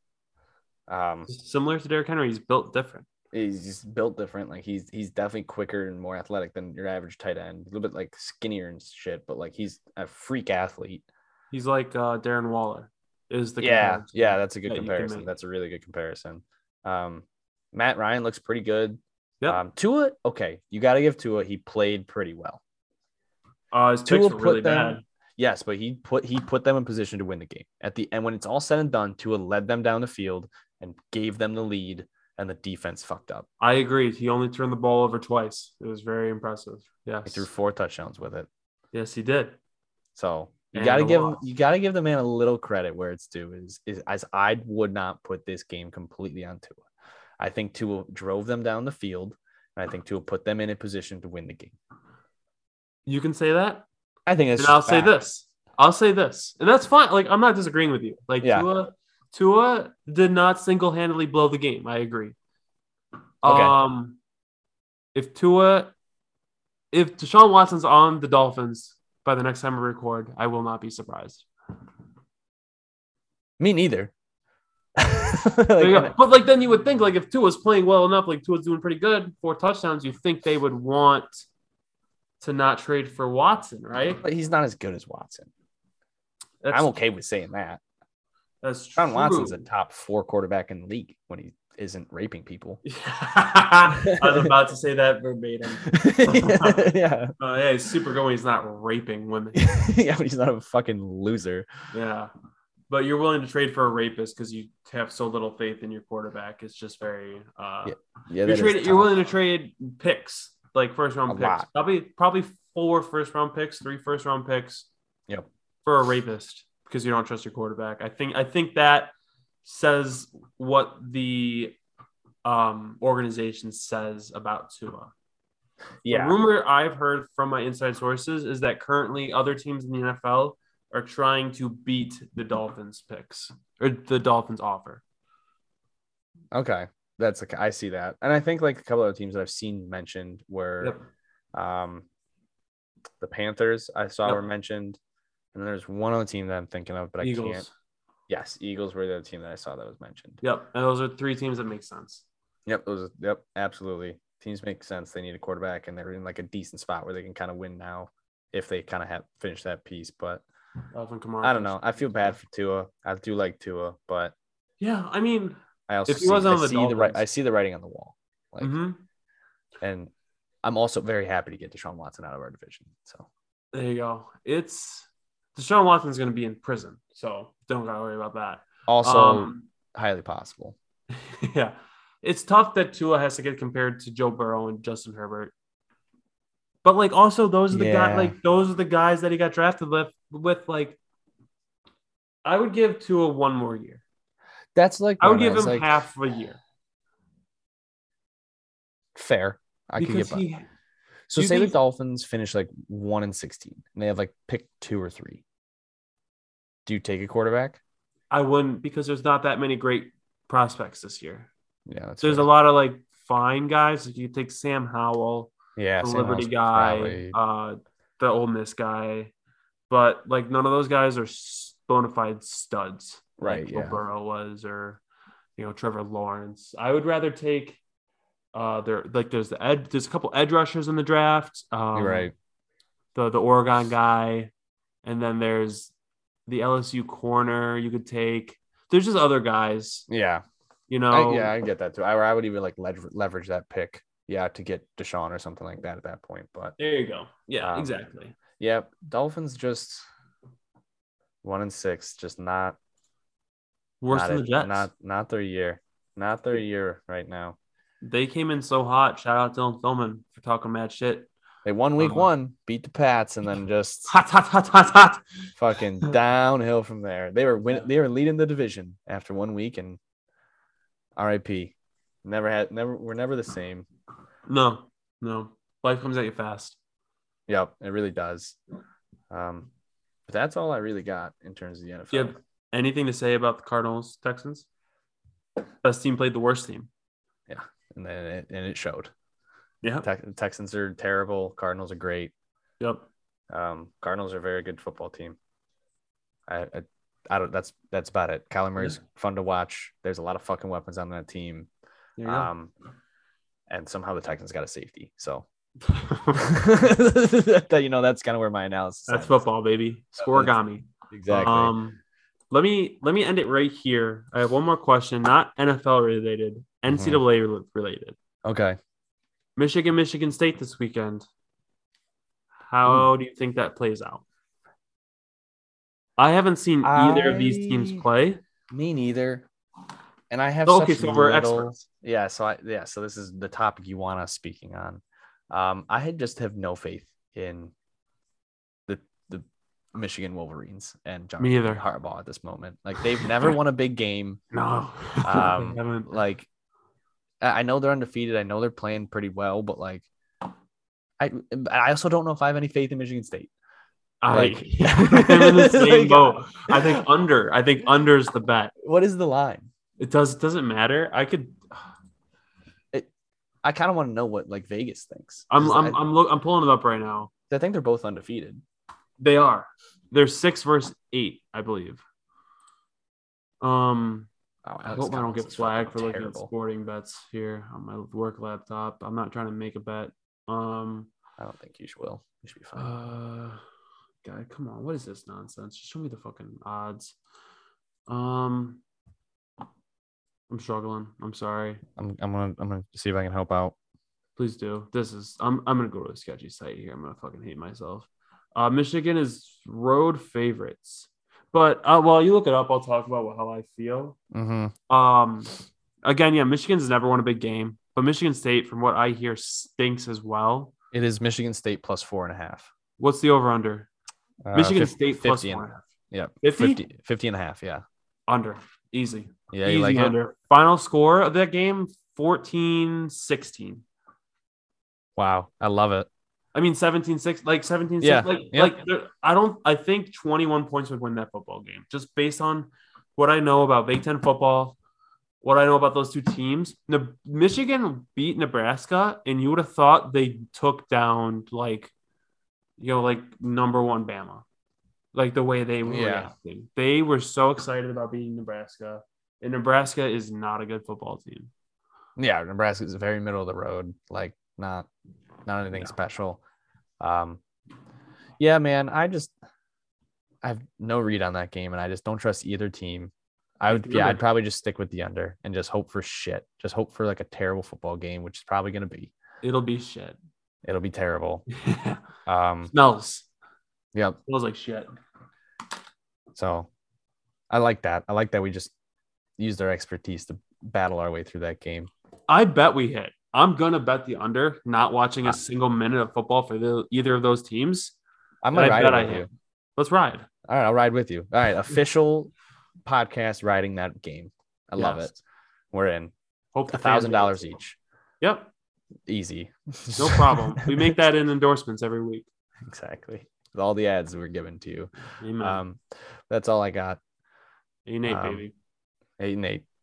A: Um,
B: Similar to Derrick Henry, he's built different.
A: he's just built different. Like he's he's definitely quicker and more athletic than your average tight end. A little bit like skinnier and shit, but like he's a freak athlete.
B: He's like uh, Darren Waller is the
A: yeah,
B: comparison.
A: yeah, that's a good
B: that you can
A: comparison.
B: make.
A: That's a really good comparison. Um, Matt Ryan looks pretty good.
B: Yep.
A: Um, Tua, okay, you got to give Tua. He played pretty well.
B: Uh, his
A: Tua
B: picks were
A: put
B: really
A: them.
B: bad.
A: Yes, but he put he put them in position to win the game at the end. When it's all said and done, Tua led them down the field and gave them the lead, and the defense fucked up.
B: I agree. He only turned the ball over twice. It was very impressive.
A: He
B: Yes,
A: threw four touchdowns with it.
B: yes, he did.
A: So you
B: And
A: gotta
B: a
A: give him,
B: loss.
A: you gotta give the man a little credit where it's due. Is is as I would not put this game completely on Tua. I think Tua drove them down the field, and I think Tua put them in a position to win the game.
B: You can say that.
A: I think that's.
B: and
A: just
B: I'll
A: a
B: say
A: fact.
B: this. I'll say this. And that's fine. Like I'm not disagreeing with you. Like
A: Yeah.
B: Tua Tua did not single-handedly blow the game. I agree.
A: Okay.
B: Um if Tua if Deshaun Watson's on the Dolphins by the next time we record, I will not be surprised.
A: Me neither.
B: There you
A: Like,
B: go. But like then you would think like if Tua's playing well enough, like Tua's doing pretty good, four touchdowns, you think they would want to not trade for Watson, right?
A: but he's not as good as Watson.
B: That's
A: I'm okay with saying that.
B: that's true.
A: John Watson's a top four quarterback in the league when he isn't raping people.
B: I was about to say that verbatim.
A: yeah,
B: Oh yeah, he's super going. He's not raping women.
A: yeah, but he's not a fucking loser.
B: yeah, but you're willing to trade for a rapist because you have so little faith in your quarterback. It's just very. Uh,
A: Yeah, Yeah,
B: you're,
A: that is
B: trading, you're
A: tough.
B: willing to trade picks, like first round
A: A
B: picks,
A: lot.
B: probably probably four first round picks, three first round picks.
A: Yep.
B: For a rapist, because you don't trust your quarterback. I think I think that says what the um, organization says about Tua. The
A: Yeah,
B: rumor I've heard from my inside sources is that currently other teams in the NFL are trying to beat the Dolphins picks or the Dolphins offer.
A: Okay, that's okay. I see that, and I think like a couple of teams that I've seen mentioned were um, the Panthers. I saw
B: Yep.
A: were mentioned, and there's one other team that I'm thinking of, but I
B: Eagles.
A: can't. Yes, Eagles were the other team that I saw that was mentioned.
B: Yep. And those are three teams that make sense.
A: Yep, those. are- Yep, absolutely. Teams make sense. They need a quarterback, and they're in like a decent spot where they can kind of win now if they kind of have finished that piece. But
B: Alvin Kamara.
A: I don't know. I feel bad for Tua. I do like Tua, but
B: Yeah. I mean,
A: I also
B: If he
A: see,
B: was
A: I
B: on the
A: see the right.
B: Dolphins-
A: I see the writing on the wall. Like,
B: mhm.
A: and I'm also very happy to get Deshaun Watson out of our division. So.
B: there you go. It's Deshaun Watson's going to be in prison. So don't got to worry about that.
A: Also,
B: Um,
A: highly possible.
B: yeah. It's tough that Tua has to get compared to Joe Burrow and Justin Herbert. But like also those are the
A: Yeah.
B: guys like those are the guys that he got drafted with with like I would give Tua one more year.
A: That's like
B: I would
A: when
B: give
A: was
B: him
A: like,
B: half a year.
A: Fair. I could get
B: Because
A: by.
B: he
A: so
B: you
A: say
B: think-
A: the Dolphins finish like one and sixteen, and they have like pick two or three. Do you take a quarterback?
B: I wouldn't because there's not that many great prospects this year.
A: Yeah, that's
B: So there's a
A: fair.
B: lot of like fine guys. Like you could take Sam Howell,
A: Yeah,
B: the
A: Sam
B: Liberty
A: Howell's
B: guy,
A: probably-
B: uh, the Ole Miss guy, but like none of those guys are s- bona fide studs,
A: Right,
B: Like Joe
A: yeah.
B: Burrow was, or you know Trevor Lawrence. I would rather take. Uh, there like there's the ed there's a couple edge rushers in the draft. Um,
A: You're right.
B: The the Oregon guy, and then there's the LSU corner you could take. There's just other guys,
A: Yeah,
B: you know.
A: I, yeah, I get that too. I, I would even like lever- leverage that pick, yeah, to get Deshaun or something like that at that point. But
B: There you go. Yeah,
A: Um,
B: exactly.
A: yeah, Dolphins just one and six, just not
B: Worse
A: not
B: than
A: it.
B: the Jets.
A: not not their year, not their year right now.
B: They came in so hot. Shout out Dylan Philman for talking mad shit.
A: They won week
B: Uh-huh.
A: one, beat the Pats, and then just
B: Hot, hot, hot, hot, hot.
A: fucking downhill from there. They were win- they were leading the division after one week, and RIP. Never had never we're never the same.
B: No, no. Life comes at you fast.
A: Yep, it really does. Um, but that's all I really got in terms of the NFL.
B: Do you have anything to say about the Cardinals Texans? Best team played the worst team.
A: And then it, and it showed.
B: Yeah.
A: Tex- Texans are terrible. Cardinals are great.
B: Yep.
A: Um, Cardinals are a very good football team. I, I, I don't. That's that's about it. Kyler Murray's fun to watch. There's a lot of fucking weapons on that team.
B: There you go.
A: Um, and somehow the Texans got a safety. So Ah. that you know that's kind of where my analysis.
B: That's
A: ends.
B: football, baby. Scoregami.
A: exactly.
B: Um, let me let me end it right here. I have one more question, not NFL related, NCAA rel- related.
A: okay.
B: Michigan, Michigan State this weekend. How
A: Hmm.
B: do you think that plays out? I haven't seen either of these teams
A: I-
B: play.
A: Me neither. And I have
B: So, okay,
A: such
B: so we're
A: little-
B: experts.
A: Yeah, so I yeah, so this is the topic you want us speaking on. Um, I had just have no faith in the the Michigan Wolverines and John
B: Me either.
A: Harbaugh at this moment. Like they've never won a big game.
B: No,
A: Um,
B: haven't.
A: Like I I know they're undefeated. I know they're playing pretty well, but like I I also don't know if I have any faith in Michigan State.
B: I,
A: like-
B: I'm in the same
A: Like,
B: boat. I think under. I think under is the bet.
A: What is the line?
B: It does doesn't matter. I could.
A: I kind of want to know what like Vegas thinks.
B: I'm
A: 'Cause
B: I'm
A: I,
B: I'm look. I'm pulling it up right now.
A: I think they're both undefeated.
B: They are. They're six versus eight, I believe. Um,
A: Oh,
B: I
A: Alex
B: hope I don't
A: Collins
B: get
A: is
B: flagged for
A: fucking
B: looking at sporting bets here on my work laptop. I'm not trying to make a bet. Um,
A: I don't think you should will. You should be fine.
B: uh, God, come on, what is this nonsense? Just show me the fucking odds. Um, I'm struggling. I'm sorry.
A: I'm, I'm gonna I'm gonna see if I can help out.
B: Please do. This is I'm I'm gonna go to a sketchy site here. I'm gonna fucking hate myself. Uh, Michigan is road favorites, but uh, while you look it up, I'll talk about how I feel.
A: Mm-hmm.
B: Um, again, yeah, Michigan's never won a big game, but Michigan State, from what I hear, stinks as well.
A: It is Michigan State plus four and a half.
B: What's the over under?
A: Uh,
B: Michigan
A: fif-
B: State plus
A: and-
B: one.
A: yeah,
B: 50?
A: 50, 50 and a half. Yeah,
B: under, easy,
A: yeah.
B: easy
A: You like it?
B: under. Final score of that game 14-16.
A: Wow, I love it.
B: I mean 17-6, like 17-6.
A: Yeah,
B: Like,
A: yeah.
B: like there- I don't I think 21 points would win that football game just based on what I know about Big 10 football, what I know about those two teams. Ne- Michigan beat Nebraska and you would have thought they took down like you know like number 1 Bama. Like the way they were
A: Yeah.
B: reacting. They were so excited about beating Nebraska. And Nebraska is not a good football team.
A: Yeah, Nebraska's very middle of the road. Like not not anything
B: No.
A: special. Um, yeah, man. I just I have no read on that game, and I just don't trust either team. I would,
B: the
A: yeah,
B: under.
A: I'd probably just stick with the under and just hope for shit. Just hope for like a terrible football game, which is probably gonna be.
B: It'll be shit.
A: It'll be terrible. Um,
B: Smells.
A: yep.
B: Smells like shit.
A: So I like that. I like that we just used our expertise to battle our way through that game.
B: I bet we hit. I'm gonna bet the under, not watching a single minute of football for the, either of those teams.
A: I'm gonna
B: I
A: ride
B: bet
A: it
B: I
A: with
B: am.
A: you.
B: Let's ride.
A: All right, I'll ride with you. All right, official podcast riding that game. I love
B: Yes.
A: it. We're in
B: Hope
A: a
B: the fans
A: thousand
B: hate
A: dollars
B: it.
A: each.
B: Yep,
A: Easy.
B: no problem. we make that in endorsements every week.
A: exactly with all the ads we're giving to you.
B: Amen.
A: Um, that's all I got.
B: hey Nate,
A: um,
B: baby.
A: Hey Nate,